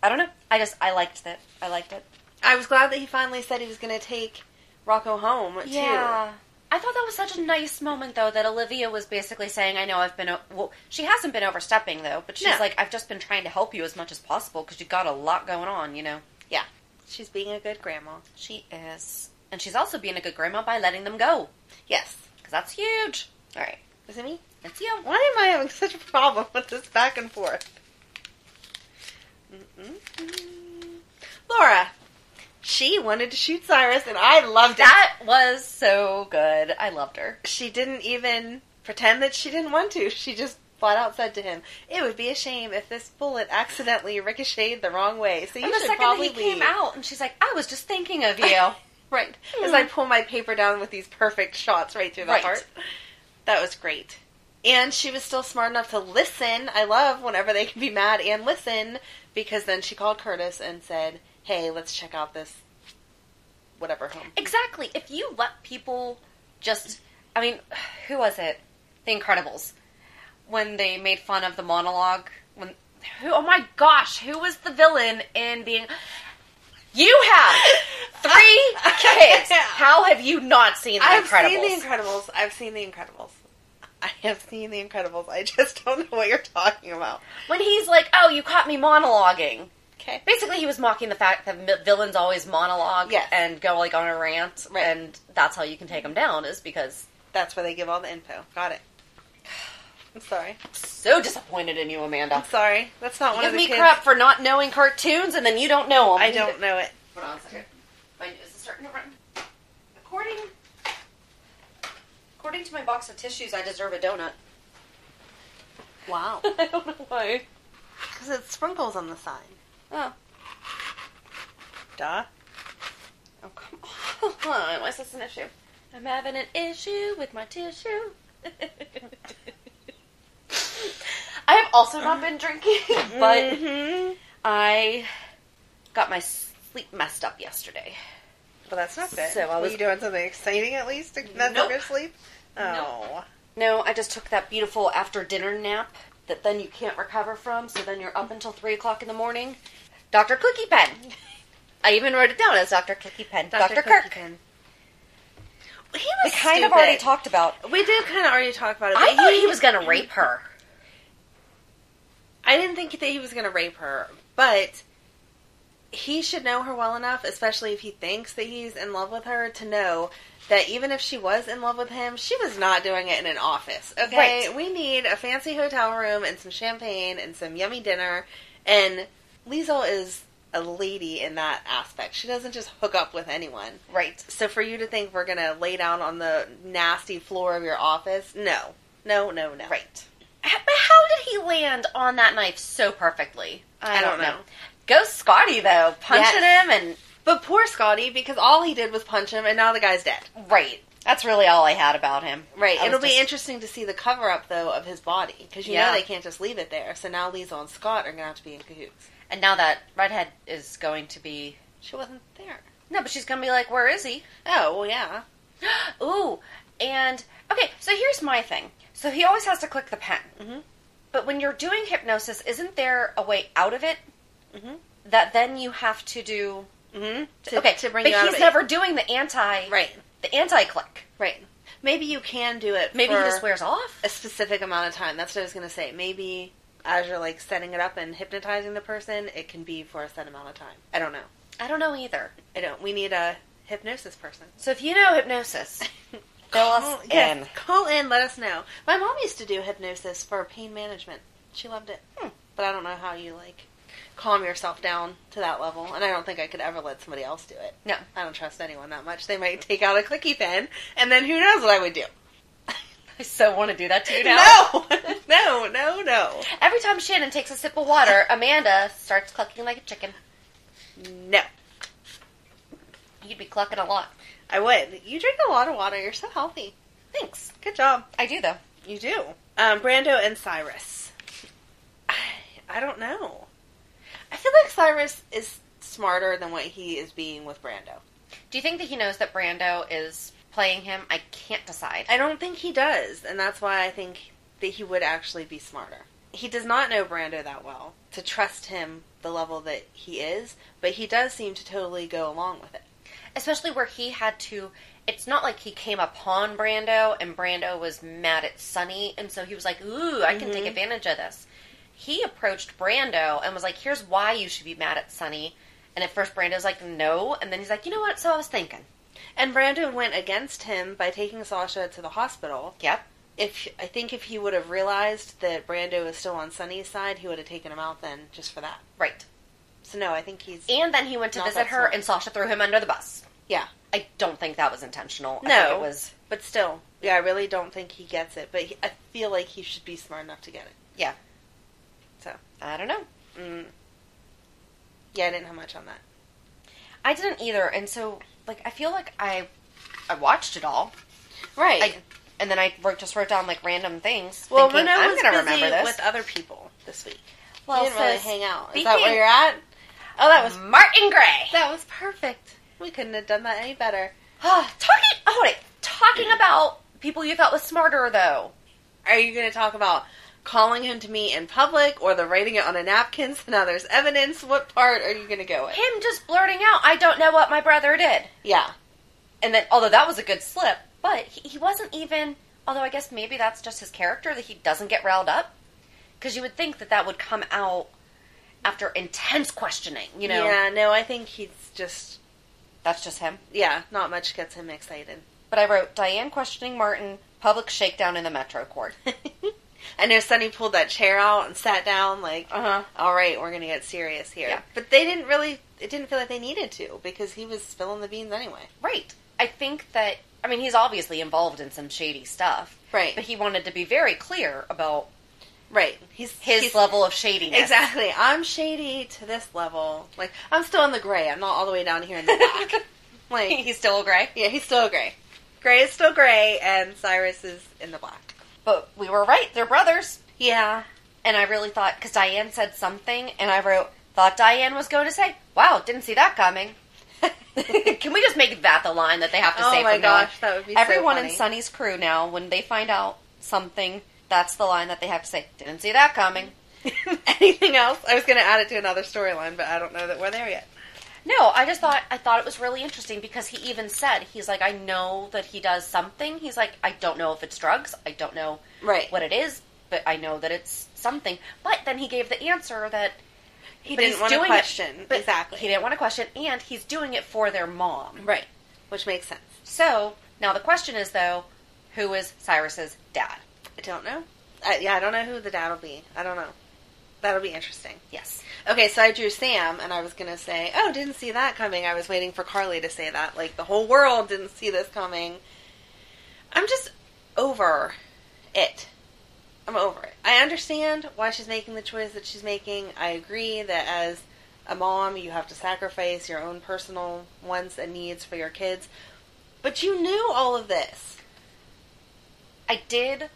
[SPEAKER 1] i don't know i just i liked it i liked it
[SPEAKER 2] I was glad that he finally said he was going to take Rocco home too.
[SPEAKER 1] i thought that was such a nice moment though that olivia was basically saying i know i've been o- well she hasn't been overstepping though but she's
[SPEAKER 2] No.
[SPEAKER 1] like i've just been trying to help you as much as possible because you've got a lot going on you know
[SPEAKER 2] Yeah, she's being a good grandma.
[SPEAKER 1] she is and she's also being a good grandma by letting them go
[SPEAKER 2] Yes,
[SPEAKER 1] because that's huge all right
[SPEAKER 2] Was it me?
[SPEAKER 1] That's you.
[SPEAKER 2] Why am I having such a problem with this back and forth? Mm-mm-mm. Laura, she wanted to shoot Cyrus, and I loved it.
[SPEAKER 1] That was so good. I loved her.
[SPEAKER 2] She didn't even pretend that she didn't want to. She just flat out said to him, "It would be a shame if this bullet accidentally ricocheted the wrong way." So you
[SPEAKER 1] and the
[SPEAKER 2] should
[SPEAKER 1] second that
[SPEAKER 2] probably
[SPEAKER 1] he came
[SPEAKER 2] leave."
[SPEAKER 1] out, and she's like, "I was just thinking of you."
[SPEAKER 2] Right. As I pull my paper down with these perfect shots right through the
[SPEAKER 1] Right.
[SPEAKER 2] heart. That was great. And she was still smart enough to listen. I love whenever they can be mad and listen because then she called Curtis and said, "Hey, let's check out this whatever home."
[SPEAKER 1] Exactly. If you let people just, I mean, who was it? The Incredibles, when they made fun of the monologue. When who? Oh my gosh, who was the villain in being? You have three kids. How have you not seen the
[SPEAKER 2] I've
[SPEAKER 1] Incredibles?
[SPEAKER 2] seen The Incredibles. I've seen The Incredibles. I have seen The Incredibles. I just don't know what you're talking about.
[SPEAKER 1] when he's like, "Oh, you caught me monologuing."
[SPEAKER 2] Okay.
[SPEAKER 1] Basically, he was mocking the fact that mi- villains always monologue
[SPEAKER 2] Yes.
[SPEAKER 1] and go like on a rant,
[SPEAKER 2] Right.
[SPEAKER 1] and that's how you can take them down is because
[SPEAKER 2] That's where they give all the info. Got it. I'm sorry.
[SPEAKER 1] so disappointed in you, Amanda.
[SPEAKER 2] I'm sorry. That's not one
[SPEAKER 1] Give
[SPEAKER 2] of the
[SPEAKER 1] me
[SPEAKER 2] kids.
[SPEAKER 1] crap for not knowing cartoons, and then you don't know them.
[SPEAKER 2] I don't know it.
[SPEAKER 1] Hold on a second. My nose is starting to run. According, according to my box of tissues, I deserve a donut.
[SPEAKER 2] Wow.
[SPEAKER 1] I don't know why.
[SPEAKER 2] Because it sprinkles on the sign.
[SPEAKER 1] Oh,
[SPEAKER 2] Duh.
[SPEAKER 1] oh come on. Why is this an issue? I'm having an issue with my tissue. I have also not been drinking, but Mm-hmm. I got my sleep messed up yesterday.
[SPEAKER 2] Well, that's not good.
[SPEAKER 1] So I
[SPEAKER 2] Were
[SPEAKER 1] was-
[SPEAKER 2] you doing something exciting at least to mess
[SPEAKER 1] Nope.
[SPEAKER 2] up your sleep? Oh.
[SPEAKER 1] No, I just took that beautiful after dinner nap that then you can't recover from, so then you're up until 3 o'clock in the morning. Dr. Cookie Pen. I even wrote it down as Dr. Cookie Pen. Dr. Kirk.
[SPEAKER 2] He
[SPEAKER 1] We
[SPEAKER 2] was
[SPEAKER 1] kind of already
[SPEAKER 2] stupid.
[SPEAKER 1] talked about.
[SPEAKER 2] We did kind of already talk about it.
[SPEAKER 1] I
[SPEAKER 2] but
[SPEAKER 1] thought he was going to rape her.
[SPEAKER 2] I didn't think that he was going to rape her, but he should know her well enough, especially if he thinks that he's in love with her, to know that even if she was in love with him, she was not doing it in an office. Okay,
[SPEAKER 1] Right.
[SPEAKER 2] we need a fancy hotel room and some champagne and some yummy dinner. And Liesel is a lady in that aspect. She doesn't just hook up with anyone.
[SPEAKER 1] Right.
[SPEAKER 2] So for you to think we're gonna lay down on the nasty floor of your office, no, no, no, no.
[SPEAKER 1] Right. H- But how did he land on that knife so perfectly? I,
[SPEAKER 2] don't know. Oh,
[SPEAKER 1] Go Scotty, though. Punching
[SPEAKER 2] Yes.
[SPEAKER 1] him
[SPEAKER 2] But poor Scotty, because all he did was punch him, and now the guy's dead.
[SPEAKER 1] and. Right. That's really all I had about him. I
[SPEAKER 2] It'll
[SPEAKER 1] was
[SPEAKER 2] be
[SPEAKER 1] just-
[SPEAKER 2] interesting to see the cover up though of his body, because you
[SPEAKER 1] Yeah.
[SPEAKER 2] know they can't just leave it there. So now Liesel and Scott are gonna have to be in cahoots.
[SPEAKER 1] And now that Redhead is going to be.
[SPEAKER 2] She wasn't there.
[SPEAKER 1] No, but she's going to be like, where is he?
[SPEAKER 2] Oh well, yeah.
[SPEAKER 1] Ooh, and okay, so here's my thing. So he always has to click the pen. Mm-hmm. But when you're doing hypnosis, isn't there a way out of it that then you have to do?
[SPEAKER 2] Mm-hmm.
[SPEAKER 1] okay,
[SPEAKER 2] to bring
[SPEAKER 1] but
[SPEAKER 2] you out
[SPEAKER 1] he's
[SPEAKER 2] of it.
[SPEAKER 1] never doing the anti
[SPEAKER 2] right,
[SPEAKER 1] the anti click.
[SPEAKER 2] right. Maybe you can do it.
[SPEAKER 1] Maybe
[SPEAKER 2] for
[SPEAKER 1] he just wears off.
[SPEAKER 2] a specific amount of time. That's what I was gonna say. Maybe as you're like setting it up and hypnotizing the person, it can be for a set amount of time. I don't know.
[SPEAKER 1] I don't know either.
[SPEAKER 2] I don't. We need a hypnosis person.
[SPEAKER 1] So if you know hypnosis, fill us
[SPEAKER 2] Call- yes,
[SPEAKER 1] in.
[SPEAKER 2] Call in, let us know. My mom used to do hypnosis for pain management. She loved it. Hmm. But I don't know how you like calm yourself down to that level. And I don't think I could ever let somebody else do it.
[SPEAKER 1] No.
[SPEAKER 2] I don't trust anyone that much. They might take out a clicky pen and then who knows what I would do.
[SPEAKER 1] I so want to do that to you now.
[SPEAKER 2] No. no, no, no.
[SPEAKER 1] Every time Shannon takes a sip of water, Amanda starts clucking like a chicken.
[SPEAKER 2] No.
[SPEAKER 1] You'd be clucking a lot.
[SPEAKER 2] I would. You drink a lot of water. You're so healthy.
[SPEAKER 1] Thanks.
[SPEAKER 2] Good job.
[SPEAKER 1] I do though.
[SPEAKER 2] You do. Um, Brando and Cyrus. I, I don't know. I feel like Cyrus is smarter than what he is being with Brando.
[SPEAKER 1] Do you think that he knows that Brando is playing him? I can't decide.
[SPEAKER 2] I don't think he does, and that's why I think that he would actually be smarter. He does not know Brando that well to trust him the level that he is, but he does seem to totally go along with it.
[SPEAKER 1] Especially where he had to. It's not like he came upon Brando and Brando was mad at Sonny, and so he was like, ooh, I can
[SPEAKER 2] Mm-hmm.
[SPEAKER 1] take advantage of this. He approached Brando and was like, here's why you should be mad at Sonny. And at first, Brando's like, no. And then he's like, you know what? So I was thinking.
[SPEAKER 2] And Brando went against him by taking Sasha to the hospital.
[SPEAKER 1] Yep.
[SPEAKER 2] if I think if he would have realized that Brando is still on Sunny's side, he would have taken him out then just for that.
[SPEAKER 1] Right.
[SPEAKER 2] So no, I think he's
[SPEAKER 1] And then he went to
[SPEAKER 2] Not
[SPEAKER 1] visit
[SPEAKER 2] that
[SPEAKER 1] her,
[SPEAKER 2] smart.
[SPEAKER 1] and Sasha threw him under the bus.
[SPEAKER 2] yeah.
[SPEAKER 1] I don't think that was intentional. I
[SPEAKER 2] No,
[SPEAKER 1] think it was.
[SPEAKER 2] but still, yeah, I really don't think he gets it. But he, I feel like he should be smart enough to get it.
[SPEAKER 1] Yeah. Uh,
[SPEAKER 2] So
[SPEAKER 1] I don't know.
[SPEAKER 2] yeah, I didn't have much on that.
[SPEAKER 1] I didn't either, and so like I feel like I I watched it all,
[SPEAKER 2] Right.
[SPEAKER 1] I, and then I wrote, just wrote down like random things.
[SPEAKER 2] well,
[SPEAKER 1] thinking,
[SPEAKER 2] Renaud
[SPEAKER 1] I'm
[SPEAKER 2] was
[SPEAKER 1] gonna
[SPEAKER 2] busy
[SPEAKER 1] remember this.
[SPEAKER 2] with other people this week.
[SPEAKER 1] Well,
[SPEAKER 2] he didn't really
[SPEAKER 1] so
[SPEAKER 2] hang out. Is
[SPEAKER 1] speaking-
[SPEAKER 2] that where you're at? Oh, that was
[SPEAKER 1] Martin Gray.
[SPEAKER 2] that was perfect. We couldn't have done that any better.
[SPEAKER 1] talking. Hold it. Talking about people you thought was smarter though.
[SPEAKER 2] Are you going to talk about calling him to me in public or the writing it on a napkin so now there's evidence? What part are you going to go with?
[SPEAKER 1] Him just blurting out, "I don't know what my brother did,"
[SPEAKER 2] Yeah.
[SPEAKER 1] and then although that was a good slip, but he, he wasn't even. Although I guess maybe that's just his character that he doesn't get riled up, because you would think that that would come out after intense questioning. You know,
[SPEAKER 2] Yeah, no, I think he's just,
[SPEAKER 1] that's just him.
[SPEAKER 2] yeah, not much gets him excited.
[SPEAKER 1] But I wrote Diane questioning Martin, public shakedown in the Metro Court.
[SPEAKER 2] I know Sunny pulled that chair out and sat down, like,
[SPEAKER 1] Uh-huh.
[SPEAKER 2] all right, we're going to get serious here.
[SPEAKER 1] Yeah.
[SPEAKER 2] But they didn't really, it didn't feel like they needed to because he was spilling the beans anyway.
[SPEAKER 1] right. I think that I mean he's obviously involved in some shady stuff.
[SPEAKER 2] Right.
[SPEAKER 1] But he wanted to be very clear about
[SPEAKER 2] Right. He's
[SPEAKER 1] his
[SPEAKER 2] he's-
[SPEAKER 1] level of shadiness.
[SPEAKER 2] Exactly. I'm shady to this level. Like, I'm still in the gray. I'm not all the way down here in the back. like,
[SPEAKER 1] He's still gray.
[SPEAKER 2] Yeah, he's still gray. Gray is still gray, and Cyrus is in the black.
[SPEAKER 1] But we were right, they're brothers.
[SPEAKER 2] Yeah.
[SPEAKER 1] And I really thought because Diane said something, and I wrote, thought Diane was going to say, "Wow, didn't see that coming." Can we just make that the line that they have to
[SPEAKER 2] Oh
[SPEAKER 1] say?
[SPEAKER 2] my
[SPEAKER 1] from now on?
[SPEAKER 2] gosh, that would be so
[SPEAKER 1] everyone in
[SPEAKER 2] funny.
[SPEAKER 1] Sunny's crew now. When they find out something, that's the line that they have to say. Didn't see that coming.
[SPEAKER 2] Anything else? I was going to add it to another storyline, but I don't know that we're there yet.
[SPEAKER 1] No, I just thought I thought it was really interesting because he even said he's like I know that he does something. He's like I don't know if it's drugs. I don't know
[SPEAKER 2] Right.
[SPEAKER 1] what it is, but I know that it's something. But then he gave the answer that
[SPEAKER 2] He
[SPEAKER 1] but
[SPEAKER 2] didn't
[SPEAKER 1] he's
[SPEAKER 2] want to
[SPEAKER 1] doing it-
[SPEAKER 2] question.
[SPEAKER 1] but
[SPEAKER 2] Exactly.
[SPEAKER 1] He didn't want to question and he's doing it for their mom.
[SPEAKER 2] Right. Which makes sense.
[SPEAKER 1] So, now the question is though, who is Cyrus's dad?
[SPEAKER 2] I don't know. I, yeah, I don't know who the dad will be. I don't know. That'll be interesting.
[SPEAKER 1] Yes.
[SPEAKER 2] Okay, so I drew Sam, and I was going to say, oh, didn't see that coming. I was waiting for Carly to say that. Like, the whole world didn't see this coming. I'm just over it. I'm over it. I understand why she's making the choice that she's making. I agree that as a mom, you have to sacrifice your own personal wants and needs for your kids. But you knew all of this.
[SPEAKER 1] I did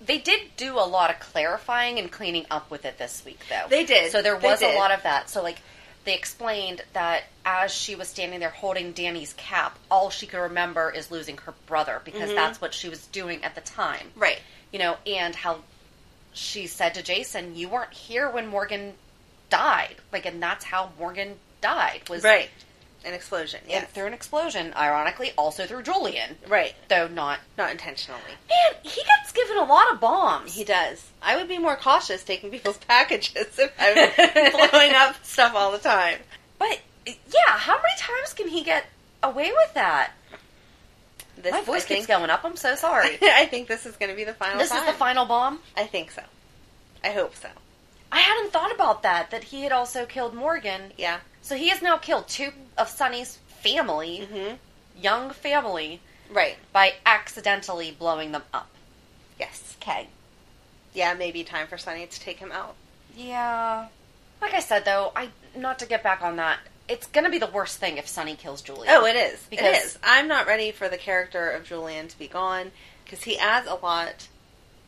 [SPEAKER 1] they did do a lot of clarifying and cleaning up with it this week though.
[SPEAKER 2] They did.
[SPEAKER 1] So there
[SPEAKER 2] They
[SPEAKER 1] was a
[SPEAKER 2] did.
[SPEAKER 1] lot of that. So like they explained that as she was standing there holding Danny's cap, all she could remember is losing her brother because that's what she was doing at the time.
[SPEAKER 2] Mm-hmm. Right.
[SPEAKER 1] You know, and how she said to Jason, "You weren't here when Morgan died." Like and that's how Morgan died was
[SPEAKER 2] Right. An explosion.
[SPEAKER 1] and
[SPEAKER 2] Yes.
[SPEAKER 1] through an explosion, ironically, also through Julian.
[SPEAKER 2] Right.
[SPEAKER 1] Though not
[SPEAKER 2] Not intentionally.
[SPEAKER 1] Man, he gets given a lot of bombs.
[SPEAKER 2] He does. I would be more cautious taking people's packages if I'm blowing up stuff all the time.
[SPEAKER 1] But yeah, how many times can he get away with that?
[SPEAKER 2] This,
[SPEAKER 1] My voice
[SPEAKER 2] I
[SPEAKER 1] keeps
[SPEAKER 2] think,
[SPEAKER 1] going up. I'm so sorry.
[SPEAKER 2] I think this is going to be the final.
[SPEAKER 1] this is
[SPEAKER 2] time.
[SPEAKER 1] the final bomb.
[SPEAKER 2] I think so. I hope so.
[SPEAKER 1] I hadn't thought about that. That he had also killed Morgan.
[SPEAKER 2] Yeah.
[SPEAKER 1] So he has now killed two of Sonny's family, young family,
[SPEAKER 2] Right.
[SPEAKER 1] by accidentally blowing them up.
[SPEAKER 2] Yes.
[SPEAKER 1] Okay.
[SPEAKER 2] Yeah. Maybe time for Sunny to take him out.
[SPEAKER 1] Yeah. Like I said though, I not to get back on that. It's gonna be the worst thing if Sonny kills Julia.
[SPEAKER 2] Oh, it is.
[SPEAKER 1] Because-
[SPEAKER 2] it is. I'm not ready for the character of Julian to be gone because he adds a lot.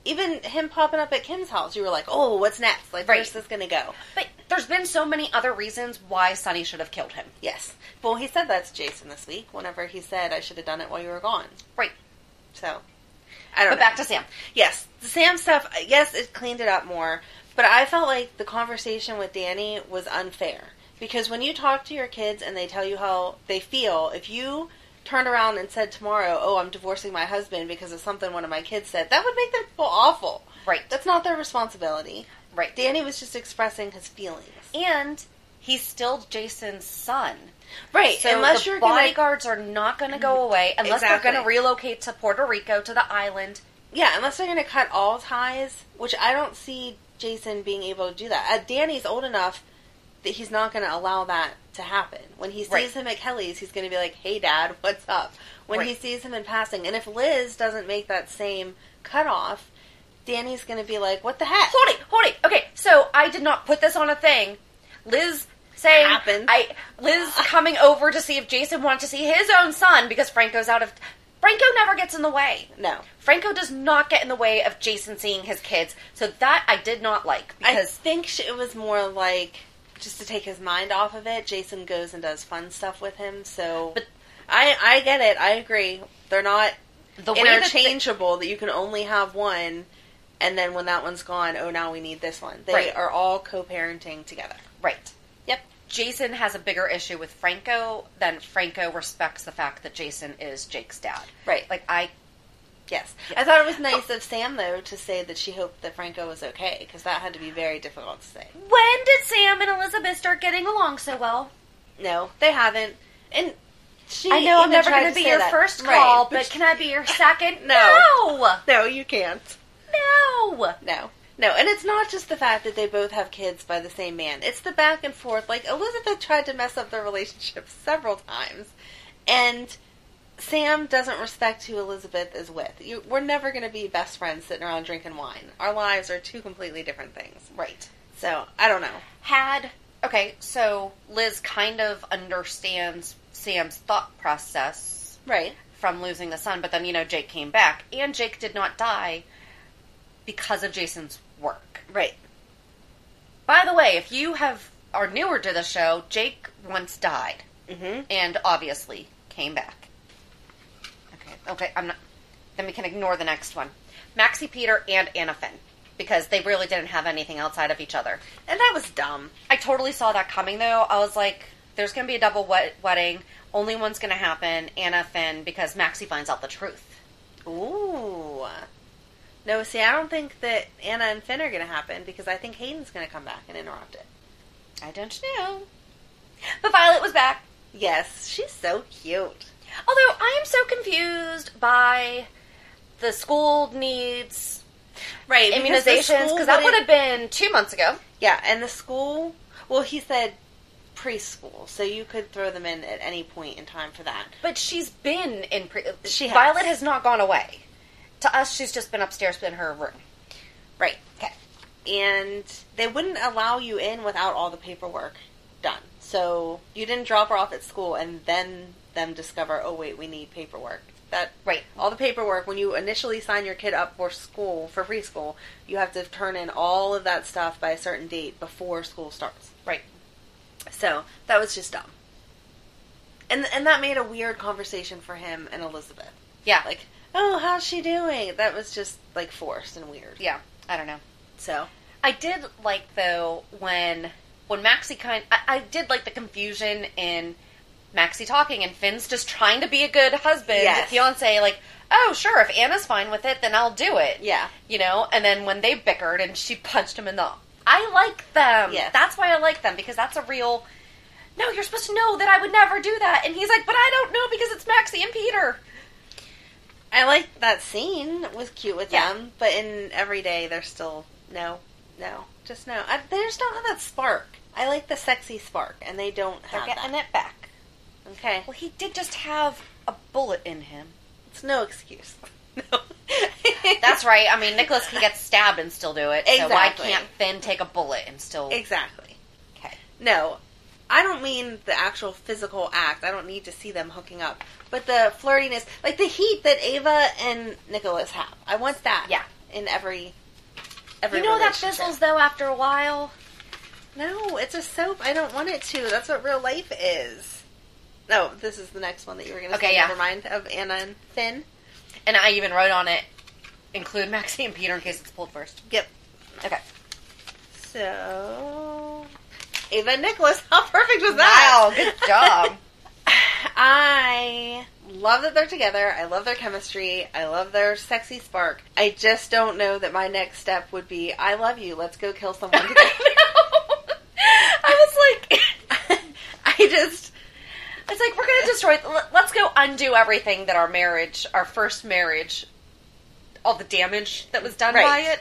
[SPEAKER 2] Even him popping up at Kim's house, you were like, "Oh, what's next? Like,
[SPEAKER 1] Right.
[SPEAKER 2] where's this going to go?"
[SPEAKER 1] But there's been so many other reasons why Sonny should have killed him.
[SPEAKER 2] Yes. Well, he said that to Jason this week. Whenever he said, "I should have done it while you were gone."
[SPEAKER 1] Right.
[SPEAKER 2] So, I don't.
[SPEAKER 1] But
[SPEAKER 2] know.
[SPEAKER 1] back to Sam.
[SPEAKER 2] yes, the Sam stuff. Yes, it cleaned it up more, but I felt like the conversation with Danny was unfair because when you talk to your kids and they tell you how they feel, if you turned around and said tomorrow, "Oh, I'm divorcing my husband because of something one of my kids said," that would make them feel awful.
[SPEAKER 1] Right.
[SPEAKER 2] That's not their responsibility.
[SPEAKER 1] Right.
[SPEAKER 2] Danny was just expressing his feelings.
[SPEAKER 1] And he's still Jason's son.
[SPEAKER 2] Right.
[SPEAKER 1] So
[SPEAKER 2] unless
[SPEAKER 1] the
[SPEAKER 2] you're gonna
[SPEAKER 1] bodyguards are not going to go away unless
[SPEAKER 2] Exactly.
[SPEAKER 1] they're going to relocate to Puerto Rico to the island
[SPEAKER 2] Yeah, unless they're going to cut all ties, which I don't see Jason being able to do that. Uh, Danny's old enough that he's not going to allow that to happen. When he sees
[SPEAKER 1] Right.
[SPEAKER 2] him at Kelly's, he's going to be like, "Hey, Dad, what's up?" When he
[SPEAKER 1] Right.
[SPEAKER 2] sees him in passing, and if Liz doesn't make that same cutoff, Danny's going to be like, "What the heck?"
[SPEAKER 1] Hold it, hold it. Okay, so I did not put this on a thing. Liz saying
[SPEAKER 2] Happens.
[SPEAKER 1] I Liz coming over to see if Jason wanted to see his own son because Franco's out of Franco never gets in the way.
[SPEAKER 2] No.
[SPEAKER 1] Franco does not get in the way of Jason seeing his kids. So that I did not like
[SPEAKER 2] I
[SPEAKER 1] because
[SPEAKER 2] think she, it was more like just to take his mind off of it. Jason goes and does fun stuff with him. So,
[SPEAKER 1] But-
[SPEAKER 2] I I get it. I agree. They're not
[SPEAKER 1] the way that they-
[SPEAKER 2] interchangeable. That, you can only have one, and then when that one's gone, oh, now we need this one. They
[SPEAKER 1] Right.
[SPEAKER 2] are all co-parenting together.
[SPEAKER 1] Right. Yep. Jason has a bigger issue with Franco than Franco respects the fact that Jason is Jake's dad.
[SPEAKER 2] Right.
[SPEAKER 1] Like I
[SPEAKER 2] Yes, I thought it was nice of Sam though to say that she hoped that Franco was okay because that had to be very difficult to say.
[SPEAKER 1] When did Sam and Elizabeth start getting along so well?
[SPEAKER 2] No, they haven't, and she.
[SPEAKER 1] I know I'm
[SPEAKER 2] even
[SPEAKER 1] never
[SPEAKER 2] tried
[SPEAKER 1] going to
[SPEAKER 2] to
[SPEAKER 1] be
[SPEAKER 2] say
[SPEAKER 1] your
[SPEAKER 2] that.
[SPEAKER 1] first
[SPEAKER 2] Right.
[SPEAKER 1] call, but can I be your second?
[SPEAKER 2] No. no, you can't.
[SPEAKER 1] No. No.
[SPEAKER 2] No. No, and it's not just the fact that they both have kids by the same man. It's the back and forth. Like, Elizabeth tried to mess up their relationship several times. And Sam doesn't respect who Elizabeth is with. You, we're never going to be best friends sitting around drinking wine. Our lives are two completely different things.
[SPEAKER 1] Right.
[SPEAKER 2] So, I don't know.
[SPEAKER 1] Had okay, so Liz kind of understands Sam's thought process
[SPEAKER 2] Right.
[SPEAKER 1] from losing the son, but then you know Jake came back and Jake did not die because of Jason's work.
[SPEAKER 2] Right.
[SPEAKER 1] By the way, if you have are newer to the show, Jake once died, mm-hmm. and obviously came back. Okay, okay, I'm not. Then we can ignore the next one, Maxie Peter and Anna Finn, because they really didn't have anything outside of each other.
[SPEAKER 2] And that was dumb.
[SPEAKER 1] I totally saw that coming though. I was like, there's going to be a double wed- wedding. Only one's going to happen, Anna Finn, because Maxie finds out the truth.
[SPEAKER 2] Ooh. No, see, I don't think that Anna and Finn are going to happen because I think Hayden's going to come back and interrupt it.
[SPEAKER 1] I don't know. But Violet was back.
[SPEAKER 2] Yes, she's so cute.
[SPEAKER 1] Although I am so confused by the school needs
[SPEAKER 2] Right, because the
[SPEAKER 1] immunizations
[SPEAKER 2] school
[SPEAKER 1] because that would
[SPEAKER 2] wouldn't-
[SPEAKER 1] have been two months ago.
[SPEAKER 2] yeah, and the school. Well, he said preschool, so you could throw them in at any point in time for that.
[SPEAKER 1] But she's been in. Pre-
[SPEAKER 2] She has.
[SPEAKER 1] Violet has not gone away. To us, she's just been upstairs in her room.
[SPEAKER 2] Right. Okay. And they wouldn't allow you in without all the paperwork done. So you didn't drop her off at school and then them discover, oh wait, we need paperwork. That
[SPEAKER 1] Right.
[SPEAKER 2] All the paperwork when you initially sign your kid up for school for preschool, you have to turn in all of that stuff by a certain date before school starts.
[SPEAKER 1] Right.
[SPEAKER 2] So that was just dumb. And and that made a weird conversation for him and Elizabeth.
[SPEAKER 1] Yeah.
[SPEAKER 2] Like, oh, how's she doing? That was just like forced and weird.
[SPEAKER 1] yeah. I don't know.
[SPEAKER 2] So
[SPEAKER 1] I did like though when when Maxie kind. I, I did like the confusion in Maxie talking and Finn's just trying to be a good husband,
[SPEAKER 2] Yes.
[SPEAKER 1] fiance. Like, oh sure, if Anna's fine with it, then I'll do it.
[SPEAKER 2] Yeah.
[SPEAKER 1] you know. And then when they bickered and she punched him in the. I like them.
[SPEAKER 2] Yes.
[SPEAKER 1] that's why I like them because that's a real. No, you're supposed to know that I would never do that, and he's like, but I don't know because it's Maxie and Peter.
[SPEAKER 2] I liked that scene It was cute with
[SPEAKER 1] Yeah.
[SPEAKER 2] them, but in everyday they're still no, no, just no. I, they just don't have that spark. I like the sexy spark, and they don't
[SPEAKER 1] They're
[SPEAKER 2] have
[SPEAKER 1] getting
[SPEAKER 2] that.
[SPEAKER 1] it back.
[SPEAKER 2] Okay,
[SPEAKER 1] Well, he did just have a bullet in him.
[SPEAKER 2] it's no excuse. No,
[SPEAKER 1] That's right. I mean, Nicholas can get stabbed and still do it. So why
[SPEAKER 2] Exactly.
[SPEAKER 1] can't Finn take a bullet and still?
[SPEAKER 2] exactly.
[SPEAKER 1] Okay.
[SPEAKER 2] No, I don't mean the actual physical act. I don't need to see them hooking up, but the flirtiness, like the heat that Ava and Nicholas have. I want that.
[SPEAKER 1] Yeah.
[SPEAKER 2] in every every.
[SPEAKER 1] You know that
[SPEAKER 2] relationship.
[SPEAKER 1] fizzles though after a while.
[SPEAKER 2] No, it's a soap. I don't want it to. That's what real life is. No, this is the next one that you were going to
[SPEAKER 1] Okay,
[SPEAKER 2] say.
[SPEAKER 1] yeah.
[SPEAKER 2] Never mind. Of Anna and Finn.
[SPEAKER 1] And I even wrote on it, include Maxie and Peter in case it's pulled first.
[SPEAKER 2] Yep.
[SPEAKER 1] Okay.
[SPEAKER 2] So. Ava and Nicholas. How perfect was
[SPEAKER 1] Wow,
[SPEAKER 2] that?
[SPEAKER 1] Oh, good job.
[SPEAKER 2] I love that they're together. I love their chemistry. I love their sexy spark. I just don't know that my next step would be I love you. Let's go kill someone together.
[SPEAKER 1] I was like,
[SPEAKER 2] I just.
[SPEAKER 1] it's like we're gonna destroy. let- Let's go undo everything that our marriage, our first marriage, all the damage that was done
[SPEAKER 2] Right.
[SPEAKER 1] by it.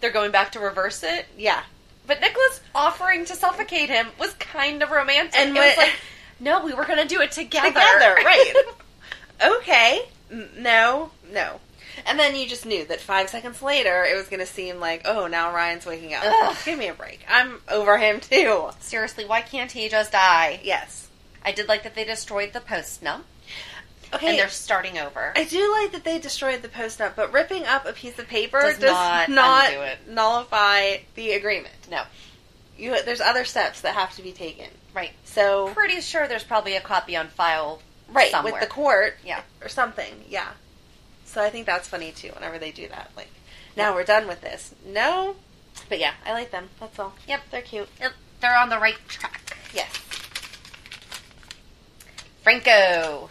[SPEAKER 1] They're going back to reverse it.
[SPEAKER 2] Yeah.
[SPEAKER 1] But Nicholas offering to suffocate him was kind of romantic.
[SPEAKER 2] And
[SPEAKER 1] And
[SPEAKER 2] when-
[SPEAKER 1] it was like, no, we were going to do it together.
[SPEAKER 2] Together, right. okay. N- No, no. And then you just knew that five seconds later it was going to seem like, oh, now Ryan's waking up. Give me a break. I'm over him too.
[SPEAKER 1] Seriously, why can't he just die?
[SPEAKER 2] Yes.
[SPEAKER 1] I did like that they destroyed the post num,
[SPEAKER 2] Okay.
[SPEAKER 1] and they're starting over.
[SPEAKER 2] I do like that they destroyed the post up, but ripping up a piece of paper
[SPEAKER 1] Does
[SPEAKER 2] does,
[SPEAKER 1] not
[SPEAKER 2] not,
[SPEAKER 1] undo it.
[SPEAKER 2] nullify the agreement.
[SPEAKER 1] no,
[SPEAKER 2] You, there's other steps that have to be taken.
[SPEAKER 1] right.
[SPEAKER 2] So
[SPEAKER 1] Pretty sure there's probably a copy on file
[SPEAKER 2] right
[SPEAKER 1] somewhere.
[SPEAKER 2] with the court,
[SPEAKER 1] Yeah.
[SPEAKER 2] or something, yeah. So I think that's funny too. Whenever they do that, like, now we're done with this. No, but yeah, I like them. That's all.
[SPEAKER 1] Yep.
[SPEAKER 2] they're cute.
[SPEAKER 1] Yep, They're on the right track.
[SPEAKER 2] Yes.
[SPEAKER 1] Franco.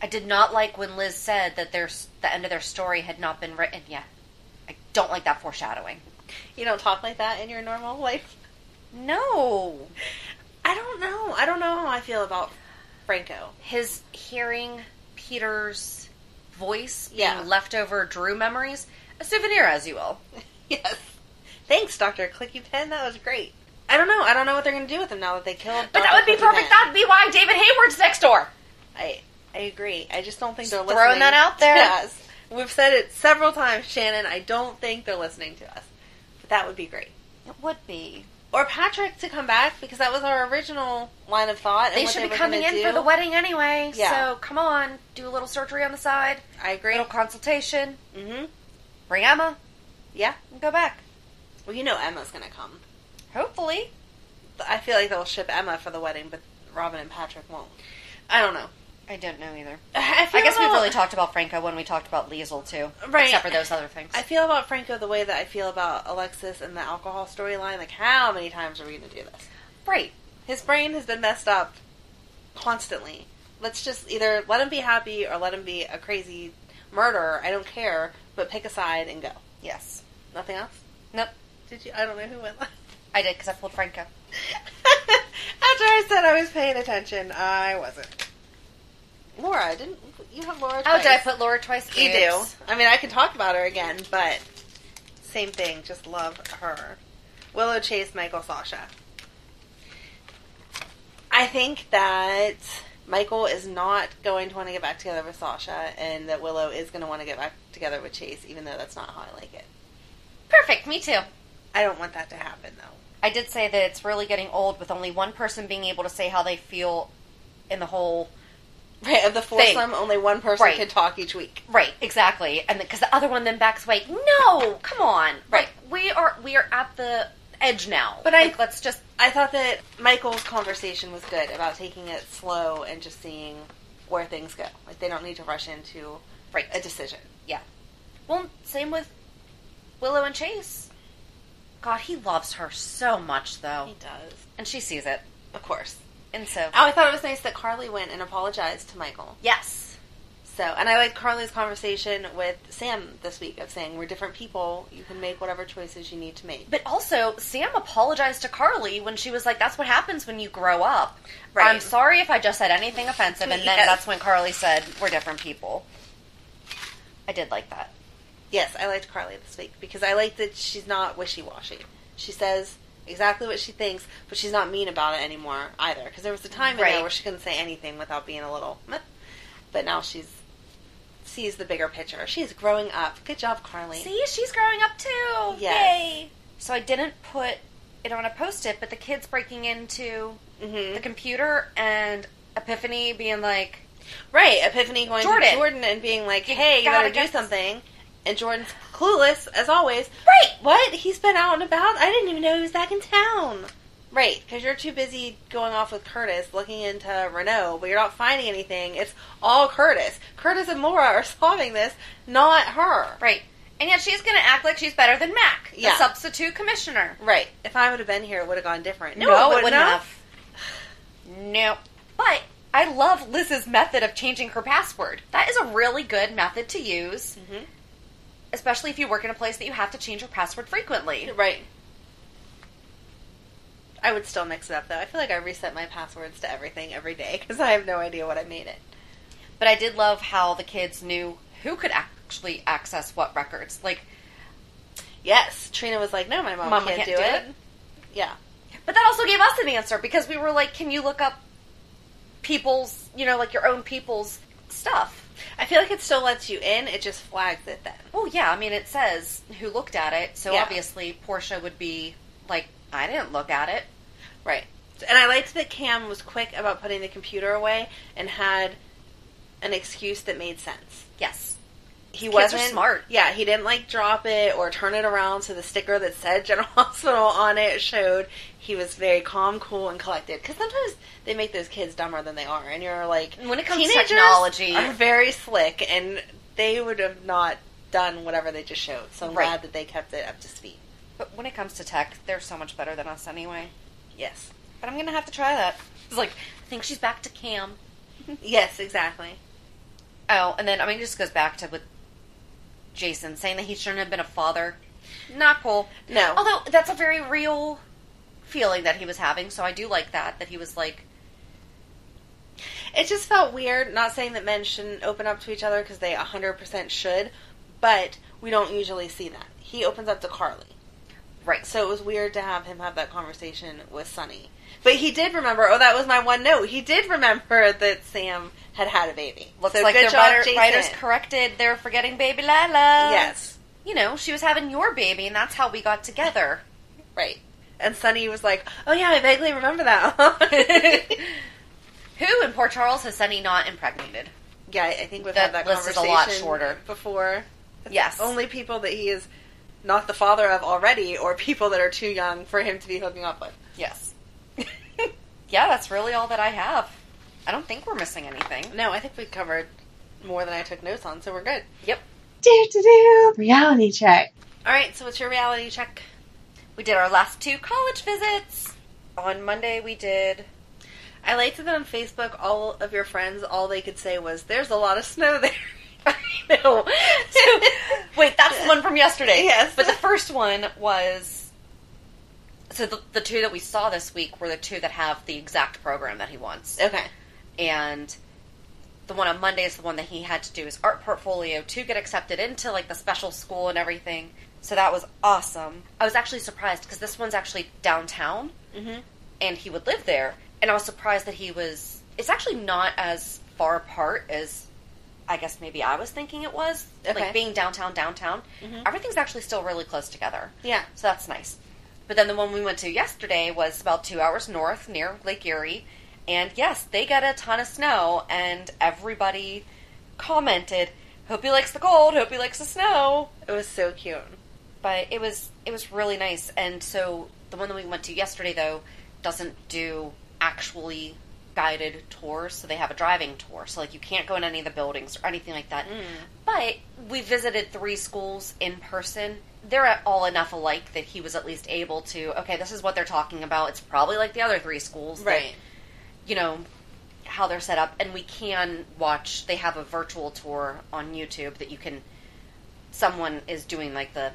[SPEAKER 1] I did not like when Liz said that their the end of their story had not been written yet. I don't like that foreshadowing.
[SPEAKER 2] You don't talk like that in your normal life.
[SPEAKER 1] No.
[SPEAKER 2] I don't know. I don't know how I feel about Franco.
[SPEAKER 1] His hearing Peter's voice,
[SPEAKER 2] Yeah.
[SPEAKER 1] being leftover Drew memories, a souvenir, as you will.
[SPEAKER 2] Yes. Thanks, Doctor Clicky Pen. That was great. I don't know. I don't know what they're going to do with him now that they killed.
[SPEAKER 1] But that
[SPEAKER 2] Dr.
[SPEAKER 1] would be
[SPEAKER 2] Clicky
[SPEAKER 1] perfect.
[SPEAKER 2] Pen.
[SPEAKER 1] That'd be why David Hayward's next door.
[SPEAKER 2] I I agree. I just don't think they're
[SPEAKER 1] throwing
[SPEAKER 2] listening.
[SPEAKER 1] that out there.
[SPEAKER 2] Yes, we've said it several times, Shannon. I don't think they're listening to us, but that would be great.
[SPEAKER 1] It would be.
[SPEAKER 2] Or Patrick to come back because that was our original line of thought. and
[SPEAKER 1] They
[SPEAKER 2] what
[SPEAKER 1] should
[SPEAKER 2] they
[SPEAKER 1] be
[SPEAKER 2] were
[SPEAKER 1] coming in
[SPEAKER 2] gonna
[SPEAKER 1] for
[SPEAKER 2] do.
[SPEAKER 1] the wedding anyway.
[SPEAKER 2] Yeah.
[SPEAKER 1] So come on, do a little surgery on the side,
[SPEAKER 2] I agree.
[SPEAKER 1] little consultation,
[SPEAKER 2] Mm-hmm.
[SPEAKER 1] bring Emma,
[SPEAKER 2] Yeah.
[SPEAKER 1] and go back.
[SPEAKER 2] Well, you know Emma's gonna come.
[SPEAKER 1] Hopefully.
[SPEAKER 2] I feel like they'll ship Emma for the wedding, but Robin and Patrick won't. I don't know.
[SPEAKER 1] I don't know either.
[SPEAKER 2] I,
[SPEAKER 1] I
[SPEAKER 2] feel
[SPEAKER 1] guess we've
[SPEAKER 2] about-
[SPEAKER 1] really talked about Franco when we talked about Liesel too.
[SPEAKER 2] Right.
[SPEAKER 1] Except for those other things.
[SPEAKER 2] I feel about Franco the way that I feel about Alexis and the alcohol storyline. Like, how many times are we going to do this?
[SPEAKER 1] right.
[SPEAKER 2] His brain has been messed up constantly. Let's just either let him be happy or let him be a crazy murderer. I don't care, but pick a side and go.
[SPEAKER 1] Yes.
[SPEAKER 2] Nothing else?
[SPEAKER 1] Nope.
[SPEAKER 2] Did you? I don't know who went last.
[SPEAKER 1] I did because I pulled Franco.
[SPEAKER 2] After I said I was paying attention, I wasn't. Laura, didn't you have Laura?
[SPEAKER 1] Oh, did I
[SPEAKER 2] twice.
[SPEAKER 1] put Laura twice?
[SPEAKER 2] You do.
[SPEAKER 1] Oops.
[SPEAKER 2] I mean, I can talk about her again, but same thing. Just love her. Willow Chase, Michael Sasha. I think that Michael is not going to want to get back together with Sasha, and that Willow is going to want to get back together with Chase, even though that's not how I like it.
[SPEAKER 1] Perfect. Me too.
[SPEAKER 2] I don't want that to happen, though.
[SPEAKER 1] I did say that it's really getting old with only one person being able to say how they feel in the whole.
[SPEAKER 2] Right, of the foursome, only one person
[SPEAKER 1] Right.
[SPEAKER 2] can talk each week.
[SPEAKER 1] Right, exactly, and because the other one then backs away. No, come on.
[SPEAKER 2] Right.
[SPEAKER 1] Like, we are we are at the edge now.
[SPEAKER 2] But I-
[SPEAKER 1] Like, let's just
[SPEAKER 2] I thought that Michael's conversation was good about taking it slow and just seeing where things go. Like they don't need to rush into
[SPEAKER 1] Right.
[SPEAKER 2] a decision.
[SPEAKER 1] Yeah. Well, same with Willow and Chase. God, he loves her so much, though.
[SPEAKER 2] does,
[SPEAKER 1] And she sees it.
[SPEAKER 2] of course.
[SPEAKER 1] And so.
[SPEAKER 2] Oh, I thought it was nice that Carly went and apologized to Michael.
[SPEAKER 1] Yes.
[SPEAKER 2] So, and I like Carly's conversation with Sam this week of saying we're different people. You can make whatever choices you need to make.
[SPEAKER 1] But also, Sam apologized to Carly when she was like, that's what happens when you grow up.
[SPEAKER 2] Right.
[SPEAKER 1] I'm sorry if I just said anything offensive. And then
[SPEAKER 2] Yes.
[SPEAKER 1] that's when Carly said, we're different people. I did like that.
[SPEAKER 2] Yes, I liked Carly this week because I like that she's not wishy washy. She says exactly what she thinks, but she's not mean about it anymore either. Because there was a time in
[SPEAKER 1] Right.
[SPEAKER 2] there where she couldn't say anything without being a little. Meh. But now she's sees the bigger picture. She's growing up. Good job, Carly.
[SPEAKER 1] See, she's growing up too.
[SPEAKER 2] Yes.
[SPEAKER 1] Yay. So I didn't put it on a post it, but the kids breaking into the computer and Epiphany being like,
[SPEAKER 2] Right, Epiphany going
[SPEAKER 1] Jordan.
[SPEAKER 2] to Jordan and being like,
[SPEAKER 1] You
[SPEAKER 2] "Hey, you
[SPEAKER 1] gotta
[SPEAKER 2] gotta,
[SPEAKER 1] get
[SPEAKER 2] do something," and Jordan's clueless as always.
[SPEAKER 1] Right.
[SPEAKER 2] What? He's been out and about. I didn't even know he was back in town. Right, because you're too busy going off with Curtis, looking into Renault, but you're not finding anything. It's all Curtis. Curtis and Laura are solving this, not her.
[SPEAKER 1] Right. And yet she's going to act like she's better than Mac, the
[SPEAKER 2] Yeah.
[SPEAKER 1] substitute commissioner.
[SPEAKER 2] Right. If I would have been here, it would have gone different.
[SPEAKER 1] No, it
[SPEAKER 2] would
[SPEAKER 1] wouldn't
[SPEAKER 2] not.
[SPEAKER 1] have. No. But I love Liz's method of changing her password. That is a really good method to use, especially if you work in a place that you have to change your password frequently.
[SPEAKER 2] Right. I would still mix it up though. I feel like I reset my passwords to everything every day because I have no idea what I made it.
[SPEAKER 1] But I did love how the kids knew who could act
[SPEAKER 2] actually access what records. Like,
[SPEAKER 1] Yes, Trina was like, "No, my mom
[SPEAKER 2] Mama
[SPEAKER 1] can't, do, it. Yeah,
[SPEAKER 2] But that also gave us an answer because we were like, can you look up people's, you know, like your own people's stuff?
[SPEAKER 1] I feel like it still lets you in. It just flags it then.
[SPEAKER 2] Well, yeah, I mean, it says who looked at it, so
[SPEAKER 1] Yeah.
[SPEAKER 2] obviously Portia would be like, I didn't look at it.
[SPEAKER 1] Right. And I liked that Cam was quick about putting the computer away and had an excuse that made sense.
[SPEAKER 2] Yes.
[SPEAKER 1] He
[SPEAKER 2] Kids are
[SPEAKER 1] wasn't
[SPEAKER 2] smart.
[SPEAKER 1] Yeah, he didn't like drop it or turn it around so the sticker that said General Hospital on it showed. He was very calm, cool, and collected. Because sometimes they make those kids dumber than they are, and you're like,
[SPEAKER 2] When it comes to
[SPEAKER 1] teenagers
[SPEAKER 2] technology-
[SPEAKER 1] are very slick, and they would have not done whatever they just showed. So I'm
[SPEAKER 2] Right.
[SPEAKER 1] glad that they kept it up to speed.
[SPEAKER 2] But when it comes to tech, they're so much better than us anyway.
[SPEAKER 1] Yes,
[SPEAKER 2] But I'm going to have to try that. It's like, I think she's back to Cam.
[SPEAKER 1] yes, exactly.
[SPEAKER 2] Oh, and then, I mean, it just goes back to with Jason saying that he shouldn't have been a father. Not cool.
[SPEAKER 1] No.
[SPEAKER 2] Although that's a very real feeling that he was having, so I do like that that he was like,
[SPEAKER 1] It just felt weird. Not saying that men shouldn't open up to each other because they 100% should, but we don't usually see that. He opens up to Carly.
[SPEAKER 2] right. So
[SPEAKER 1] So it was weird to have him have that conversation with Sonny. But he did remember, oh, that was my one note. He did remember that Sam had had a baby.
[SPEAKER 2] looks
[SPEAKER 1] so
[SPEAKER 2] like
[SPEAKER 1] good
[SPEAKER 2] their
[SPEAKER 1] job,
[SPEAKER 2] writer,
[SPEAKER 1] Jason.
[SPEAKER 2] writers corrected. They're forgetting baby Lala.
[SPEAKER 1] Yes,
[SPEAKER 2] You know, she was having your baby, and that's how we got together.
[SPEAKER 1] right. And Sonny was like, oh, yeah, I vaguely remember that.
[SPEAKER 2] Who in Port Charles has Sunny not impregnated?
[SPEAKER 1] yeah, I I think we've
[SPEAKER 2] That
[SPEAKER 1] had that
[SPEAKER 2] list is a
[SPEAKER 1] conversation
[SPEAKER 2] lot shorter.
[SPEAKER 1] before.
[SPEAKER 2] Yes.
[SPEAKER 1] only people that he is not the father of already or people that are too young for him to be hooking up with.
[SPEAKER 2] Yes. yeah, that's really all that I have. I don't think we're missing anything.
[SPEAKER 1] No, I think we covered more than I took notes on, so we're good.
[SPEAKER 2] Yep.
[SPEAKER 3] Do do do. Reality check.
[SPEAKER 1] All right, so what's your reality check?
[SPEAKER 2] We did our last two college visits. On Monday, we did.
[SPEAKER 1] I liked that on Facebook, all of your friends, all they could say was, "There's a lot of snow there." I know.
[SPEAKER 2] Wait, that's the one from yesterday.
[SPEAKER 1] Yes.
[SPEAKER 2] But the first one was. So the, the two that we saw this week were the two that have the exact program that he wants.
[SPEAKER 1] okay.
[SPEAKER 2] And the one on Monday is the one that he had to do his art portfolio to get accepted into like the special school and everything. So that was awesome. I was actually surprised because this one's actually downtown and he would live there. And I was surprised that he was. It's actually not as far apart as I guess maybe I was thinking it was.
[SPEAKER 1] Okay. Mm-hmm.
[SPEAKER 2] Like being downtown, downtown. Everything's actually still really close together.
[SPEAKER 1] Yeah.
[SPEAKER 2] So that's nice. But then the one we went to yesterday was about two hours north near Lake Erie. And yes, they get a ton of snow, and everybody commented, Hope he likes the cold, hope he likes the snow
[SPEAKER 1] It was so cute.
[SPEAKER 2] but it was it was really nice. And so the one that we went to yesterday though doesn't do actually guided tours, so they have a driving tour. So like you can't go in any of the buildings or anything like that. But we visited three schools in person. They're at all enough alike that he was at least able to okay, this is what they're talking about. It's probably like the other three schools. that,
[SPEAKER 1] Right.
[SPEAKER 2] you know how they're set up and we can watch they have a virtual tour on YouTube that you can someone is doing like the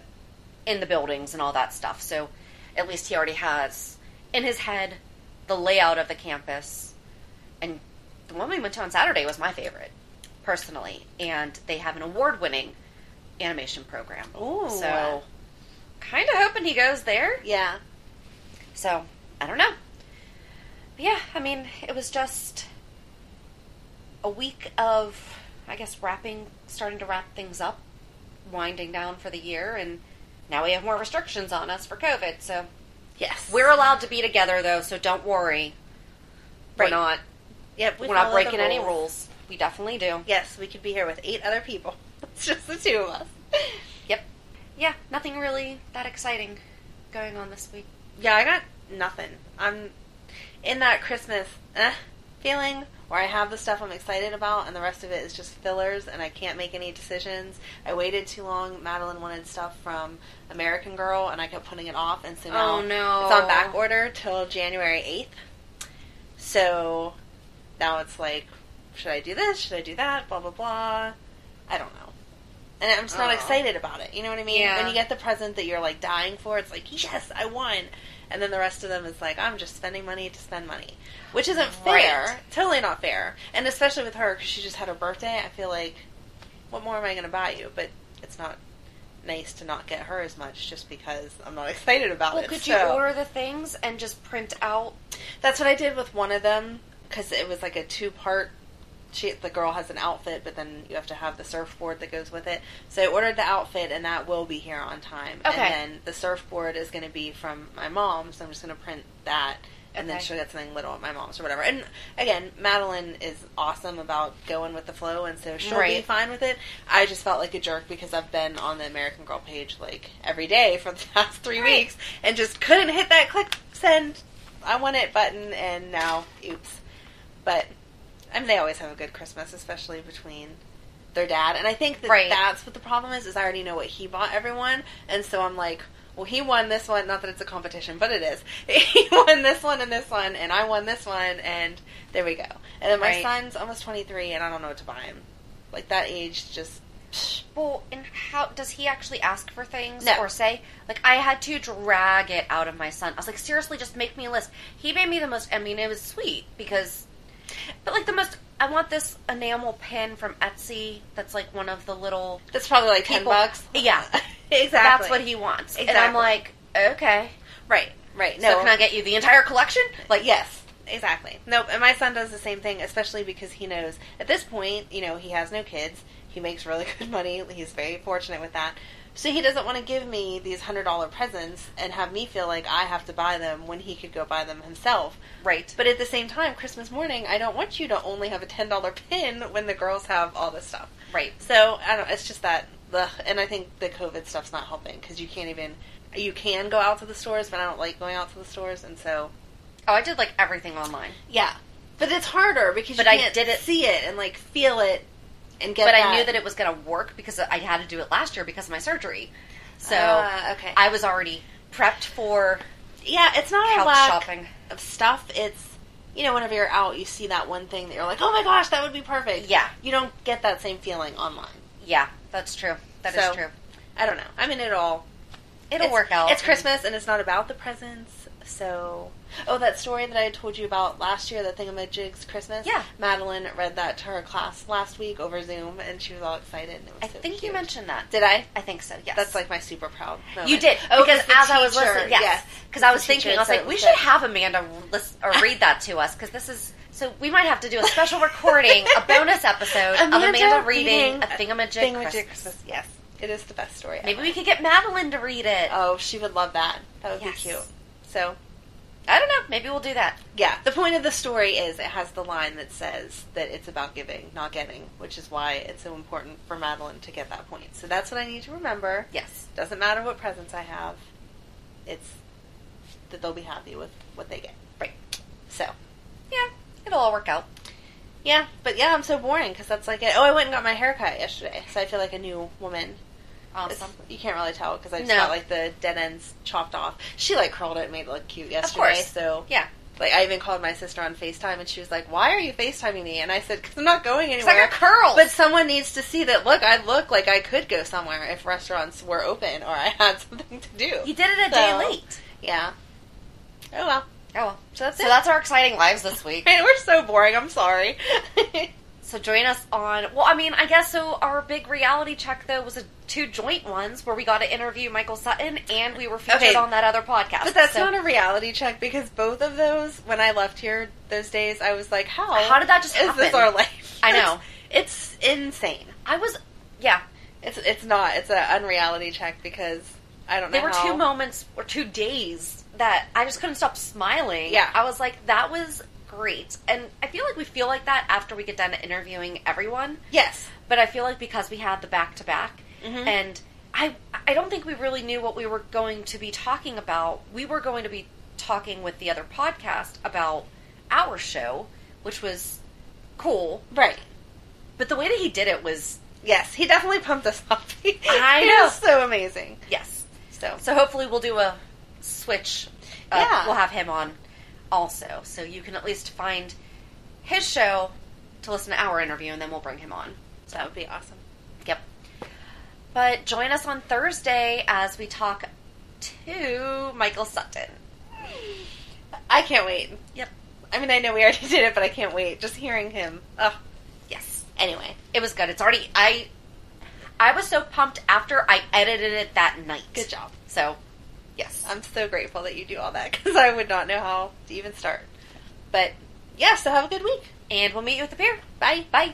[SPEAKER 2] in the buildings and all that stuff. So at least he already has in his head the layout of the campus. And the one we went to on Saturday was my favorite, personally. And they have an award winning animation program.
[SPEAKER 1] Ooh.
[SPEAKER 2] So kind of hoping he goes there.
[SPEAKER 1] Yeah.
[SPEAKER 2] So I don't know. But yeah, I mean, it was just a week of, I guess, wrapping, starting to wrap things up, winding down for the year, and now we have more restrictions on us for COVID. So
[SPEAKER 1] Yes.
[SPEAKER 2] we're allowed to be together, though, so don't worry. We're
[SPEAKER 1] Right.
[SPEAKER 2] not
[SPEAKER 1] Yep.
[SPEAKER 2] we
[SPEAKER 1] We
[SPEAKER 2] are not
[SPEAKER 1] follow the
[SPEAKER 2] breaking any rules. We definitely do.
[SPEAKER 1] Yes, we could be here with eight other people. It's just the two of us.
[SPEAKER 2] Yep. Yeah, nothing really that exciting going on this week.
[SPEAKER 1] Yeah, I got nothing. I'm in that Christmas eh, feeling where I have the stuff I'm excited about, and the rest of it is just fillers, and I can't make any decisions. I waited too long. Madeline wanted stuff from American Girl, and I kept putting it off, and so now
[SPEAKER 2] Oh, no.
[SPEAKER 1] it's on back order till January 8th. So now it's like, should I do this? Should I do that? Blah, blah, blah. I don't know. And I'm just not
[SPEAKER 2] Aw.
[SPEAKER 1] excited about it. You know what I mean?
[SPEAKER 2] Yeah.
[SPEAKER 1] When you get the present that you're like dying for, it's like, yes, I won. And then the rest of them is like, I'm just spending money to spend money, which isn't fair.
[SPEAKER 2] Right.
[SPEAKER 1] Totally not fair. And especially with her because she just had her birthday, I feel like
[SPEAKER 3] what more am I going to buy you? But it's not nice to not get her as much just because I'm not excited about
[SPEAKER 2] Well,
[SPEAKER 3] it.
[SPEAKER 2] could you
[SPEAKER 3] so-
[SPEAKER 2] order the things and just print out?
[SPEAKER 3] That's what I did with one of them because it was like a two part. She, the girl has an outfit, but then you have to have the surfboard that goes with it. So I ordered the outfit, and that will be here on time.
[SPEAKER 2] Okay.
[SPEAKER 3] And then the surfboard is going to be from my mom, so I'm just going to print that, and then
[SPEAKER 2] Okay.
[SPEAKER 3] she'll get something little at my mom's or whatever. And again, Madeline is awesome about going with the flow, and so she'll be
[SPEAKER 2] Right.
[SPEAKER 3] fine with it. I just felt like a jerk because I've been on the American Girl page like every day for the past three
[SPEAKER 2] Right.
[SPEAKER 3] weeks, and just couldn't hit that click send I want it button, and now oops. But I mean, they always have a good Christmas, especially between their dad. And I think that
[SPEAKER 2] Right.
[SPEAKER 3] that's what the problem is. Is I already know what he bought everyone, and so I'm like, well, he won this one. Not that it's a competition, but it is. He won this one and this one, and I won this one, and there we go. And then my
[SPEAKER 2] Right.
[SPEAKER 3] son's almost 23, and I don't know what to buy him. Like that age, just psh,
[SPEAKER 2] Well, and how does he actually ask for things
[SPEAKER 3] No.
[SPEAKER 2] or say? Like I had to drag it out of my son. I was like, seriously, just make me a list. He made me the most. I mean, it was sweet because, but like the most. I want this enamel pin from Etsy. That's like one of the little
[SPEAKER 3] that's probably like 10
[SPEAKER 2] people-
[SPEAKER 3] bucks.
[SPEAKER 2] Yeah,
[SPEAKER 3] exactly.
[SPEAKER 2] that's what he wants. And I'm
[SPEAKER 3] Exactly.
[SPEAKER 2] like, okay.
[SPEAKER 3] Right, right.
[SPEAKER 2] So can I get you the entire collection?
[SPEAKER 3] Like yes, exactly. Nope. And my son does the same thing, especially because he knows at this point, you know, he has no kids. He makes really good money. He's very fortunate with that. So he doesn't want to give me these hundred dollar presents and have me feel like I have to buy them when he could go buy them himself.
[SPEAKER 2] Right.
[SPEAKER 3] But at the same time, Christmas morning, I don't want you to only have a ten dollar pin when the girls have all this stuff.
[SPEAKER 2] Right.
[SPEAKER 3] So I don't. It's just that. Ugh. And I think the COVID stuff's not helping because you can't even. You can go out to the stores, but I don't like going out to the stores, and so
[SPEAKER 2] Oh, I did like everything online.
[SPEAKER 3] yeah, but it's harder because
[SPEAKER 2] But
[SPEAKER 3] you
[SPEAKER 2] I
[SPEAKER 3] can't
[SPEAKER 2] did it-
[SPEAKER 3] see it and like feel it and get.
[SPEAKER 2] but I knew that it was going to work because I had to do it last year because of my surgery. So
[SPEAKER 3] Ah, okay. Ah,
[SPEAKER 2] I was already prepped for
[SPEAKER 3] yeah, it's not a
[SPEAKER 2] couch
[SPEAKER 3] lack
[SPEAKER 2] shopping.
[SPEAKER 3] of stuff. It's you know whenever you're out, you see that one thing that you're like, oh my gosh, that would be perfect.
[SPEAKER 2] Yeah.
[SPEAKER 3] you don't get that same feeling online.
[SPEAKER 2] Yeah, that's true. That is
[SPEAKER 3] So,
[SPEAKER 2] true.
[SPEAKER 3] I don't know. I mean, it all
[SPEAKER 2] It'll
[SPEAKER 3] it's-
[SPEAKER 2] work out.
[SPEAKER 3] It's Christmas and it's not about the presents. So, oh, that story that I had told you about last year, that Thingamajig's Christmas.
[SPEAKER 2] Yeah.
[SPEAKER 3] Madeline read that to her class last week over Zoom, and she was all excited. And it was
[SPEAKER 2] I
[SPEAKER 3] so
[SPEAKER 2] think you
[SPEAKER 3] cute.
[SPEAKER 2] mentioned that.
[SPEAKER 3] Did I?
[SPEAKER 2] I think so. Yes.
[SPEAKER 3] That's like my super proud. Moment.
[SPEAKER 2] you did
[SPEAKER 3] Oh,
[SPEAKER 2] because
[SPEAKER 3] 'cause the
[SPEAKER 2] as I was
[SPEAKER 3] teacher,
[SPEAKER 2] listening, yes, because I was
[SPEAKER 3] The teacher
[SPEAKER 2] thinking, I was
[SPEAKER 3] said
[SPEAKER 2] like,
[SPEAKER 3] it
[SPEAKER 2] we
[SPEAKER 3] was
[SPEAKER 2] should
[SPEAKER 3] good.
[SPEAKER 2] have Amanda listen or read that to us because this is so we might have to do a special recording, a bonus episode of Amanda reading, a thingamajig. Christmas.
[SPEAKER 3] Yes, it is the best story.
[SPEAKER 2] Maybe
[SPEAKER 3] ever.
[SPEAKER 2] we could get Madeline to read it.
[SPEAKER 3] Oh, she would love that. That would
[SPEAKER 2] Yes.
[SPEAKER 3] be cute. So
[SPEAKER 2] I don't know. Maybe we'll do that.
[SPEAKER 3] yeah, the point of the story is it has the line that says that it's about giving, not getting, which is why it's so important for Madeline to get that point. So that's what I need to remember.
[SPEAKER 2] Yes.
[SPEAKER 3] Doesn't matter what presents I have, it's that they'll be happy with what they get.
[SPEAKER 2] Right.
[SPEAKER 3] So
[SPEAKER 2] Yeah, it'll all work out.
[SPEAKER 3] yeah, but yeah, I'm so boring because that's like it. Oh, I went and got my haircut yesterday, so I feel like a new woman. It's-
[SPEAKER 2] Awesome.
[SPEAKER 3] You can't really tell because I just
[SPEAKER 2] No.
[SPEAKER 3] got like the dead ends chopped off. She like curled it, and made it look cute
[SPEAKER 2] Of
[SPEAKER 3] yesterday.
[SPEAKER 2] course.
[SPEAKER 3] So
[SPEAKER 2] Yeah.
[SPEAKER 3] like I even called my sister on Facetime, and she was like, "Why are you Facetiming me?" And I said, "Cause I'm not going
[SPEAKER 2] It's like
[SPEAKER 3] anywhere."
[SPEAKER 2] a curl.
[SPEAKER 3] But someone needs to see that. Look, I look like I could go somewhere if restaurants were open or I had something to do.
[SPEAKER 2] you did it a day
[SPEAKER 3] So,
[SPEAKER 2] late.
[SPEAKER 3] Yeah. Oh well.
[SPEAKER 2] Oh well.
[SPEAKER 3] So that's
[SPEAKER 2] So
[SPEAKER 3] it.
[SPEAKER 2] that's our exciting lives this week.
[SPEAKER 3] Man, we're so boring. I'm sorry.
[SPEAKER 2] So join us on. Well, I mean, I guess so. Our big reality check though was a, two joint ones where we got to interview Michael Sutton and we were featured
[SPEAKER 3] Okay.
[SPEAKER 2] on that other podcast.
[SPEAKER 3] But that's
[SPEAKER 2] So
[SPEAKER 3] not a reality check because both of those, when I left here those days, I was like, "How?
[SPEAKER 2] How did that just
[SPEAKER 3] is this
[SPEAKER 2] happen?
[SPEAKER 3] our life?"
[SPEAKER 2] I know.
[SPEAKER 3] it's, it's insane.
[SPEAKER 2] I was. Yeah,
[SPEAKER 3] It's it's not. It's an unreality check because I don't know.
[SPEAKER 2] there were
[SPEAKER 3] how.
[SPEAKER 2] two moments or two days that I just couldn't stop smiling.
[SPEAKER 3] Yeah.
[SPEAKER 2] I was like, that was great, and I feel like we feel like that after we get done interviewing everyone.
[SPEAKER 3] Yes. Mm-hmm.
[SPEAKER 2] but I feel like because we had the back to back, and I I don't think we really knew what we were going to be talking about. We were going to be talking with the other podcast about our show, which was cool.
[SPEAKER 3] Right.
[SPEAKER 2] But the way that he did it was
[SPEAKER 3] Yes. He definitely pumped us up.
[SPEAKER 2] I
[SPEAKER 3] He
[SPEAKER 2] know.
[SPEAKER 3] was so amazing.
[SPEAKER 2] yes.
[SPEAKER 3] So
[SPEAKER 2] So hopefully we'll do a switch. Uh,
[SPEAKER 3] Yeah.
[SPEAKER 2] we'll have him on also, so you can at least find his show to listen to our interview, and then we'll bring him on. So
[SPEAKER 3] that would be awesome.
[SPEAKER 2] Yep. But join us on Thursday as we talk to Michael Sutton.
[SPEAKER 3] I can't wait.
[SPEAKER 2] Yep.
[SPEAKER 3] I mean, I know we already did it, but I can't wait. Just hearing him. Ugh.
[SPEAKER 2] Yes.
[SPEAKER 3] Anyway.
[SPEAKER 2] It was good. It's already I
[SPEAKER 4] I was so pumped after I edited it that night.
[SPEAKER 2] Good job.
[SPEAKER 4] So, yes.
[SPEAKER 2] I'm so grateful that you do all that because I would not know how to even start. But yeah, so have a good week.
[SPEAKER 4] And we'll meet you at the pier. Bye. Bye.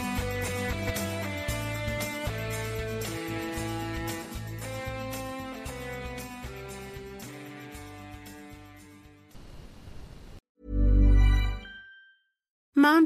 [SPEAKER 5] Mom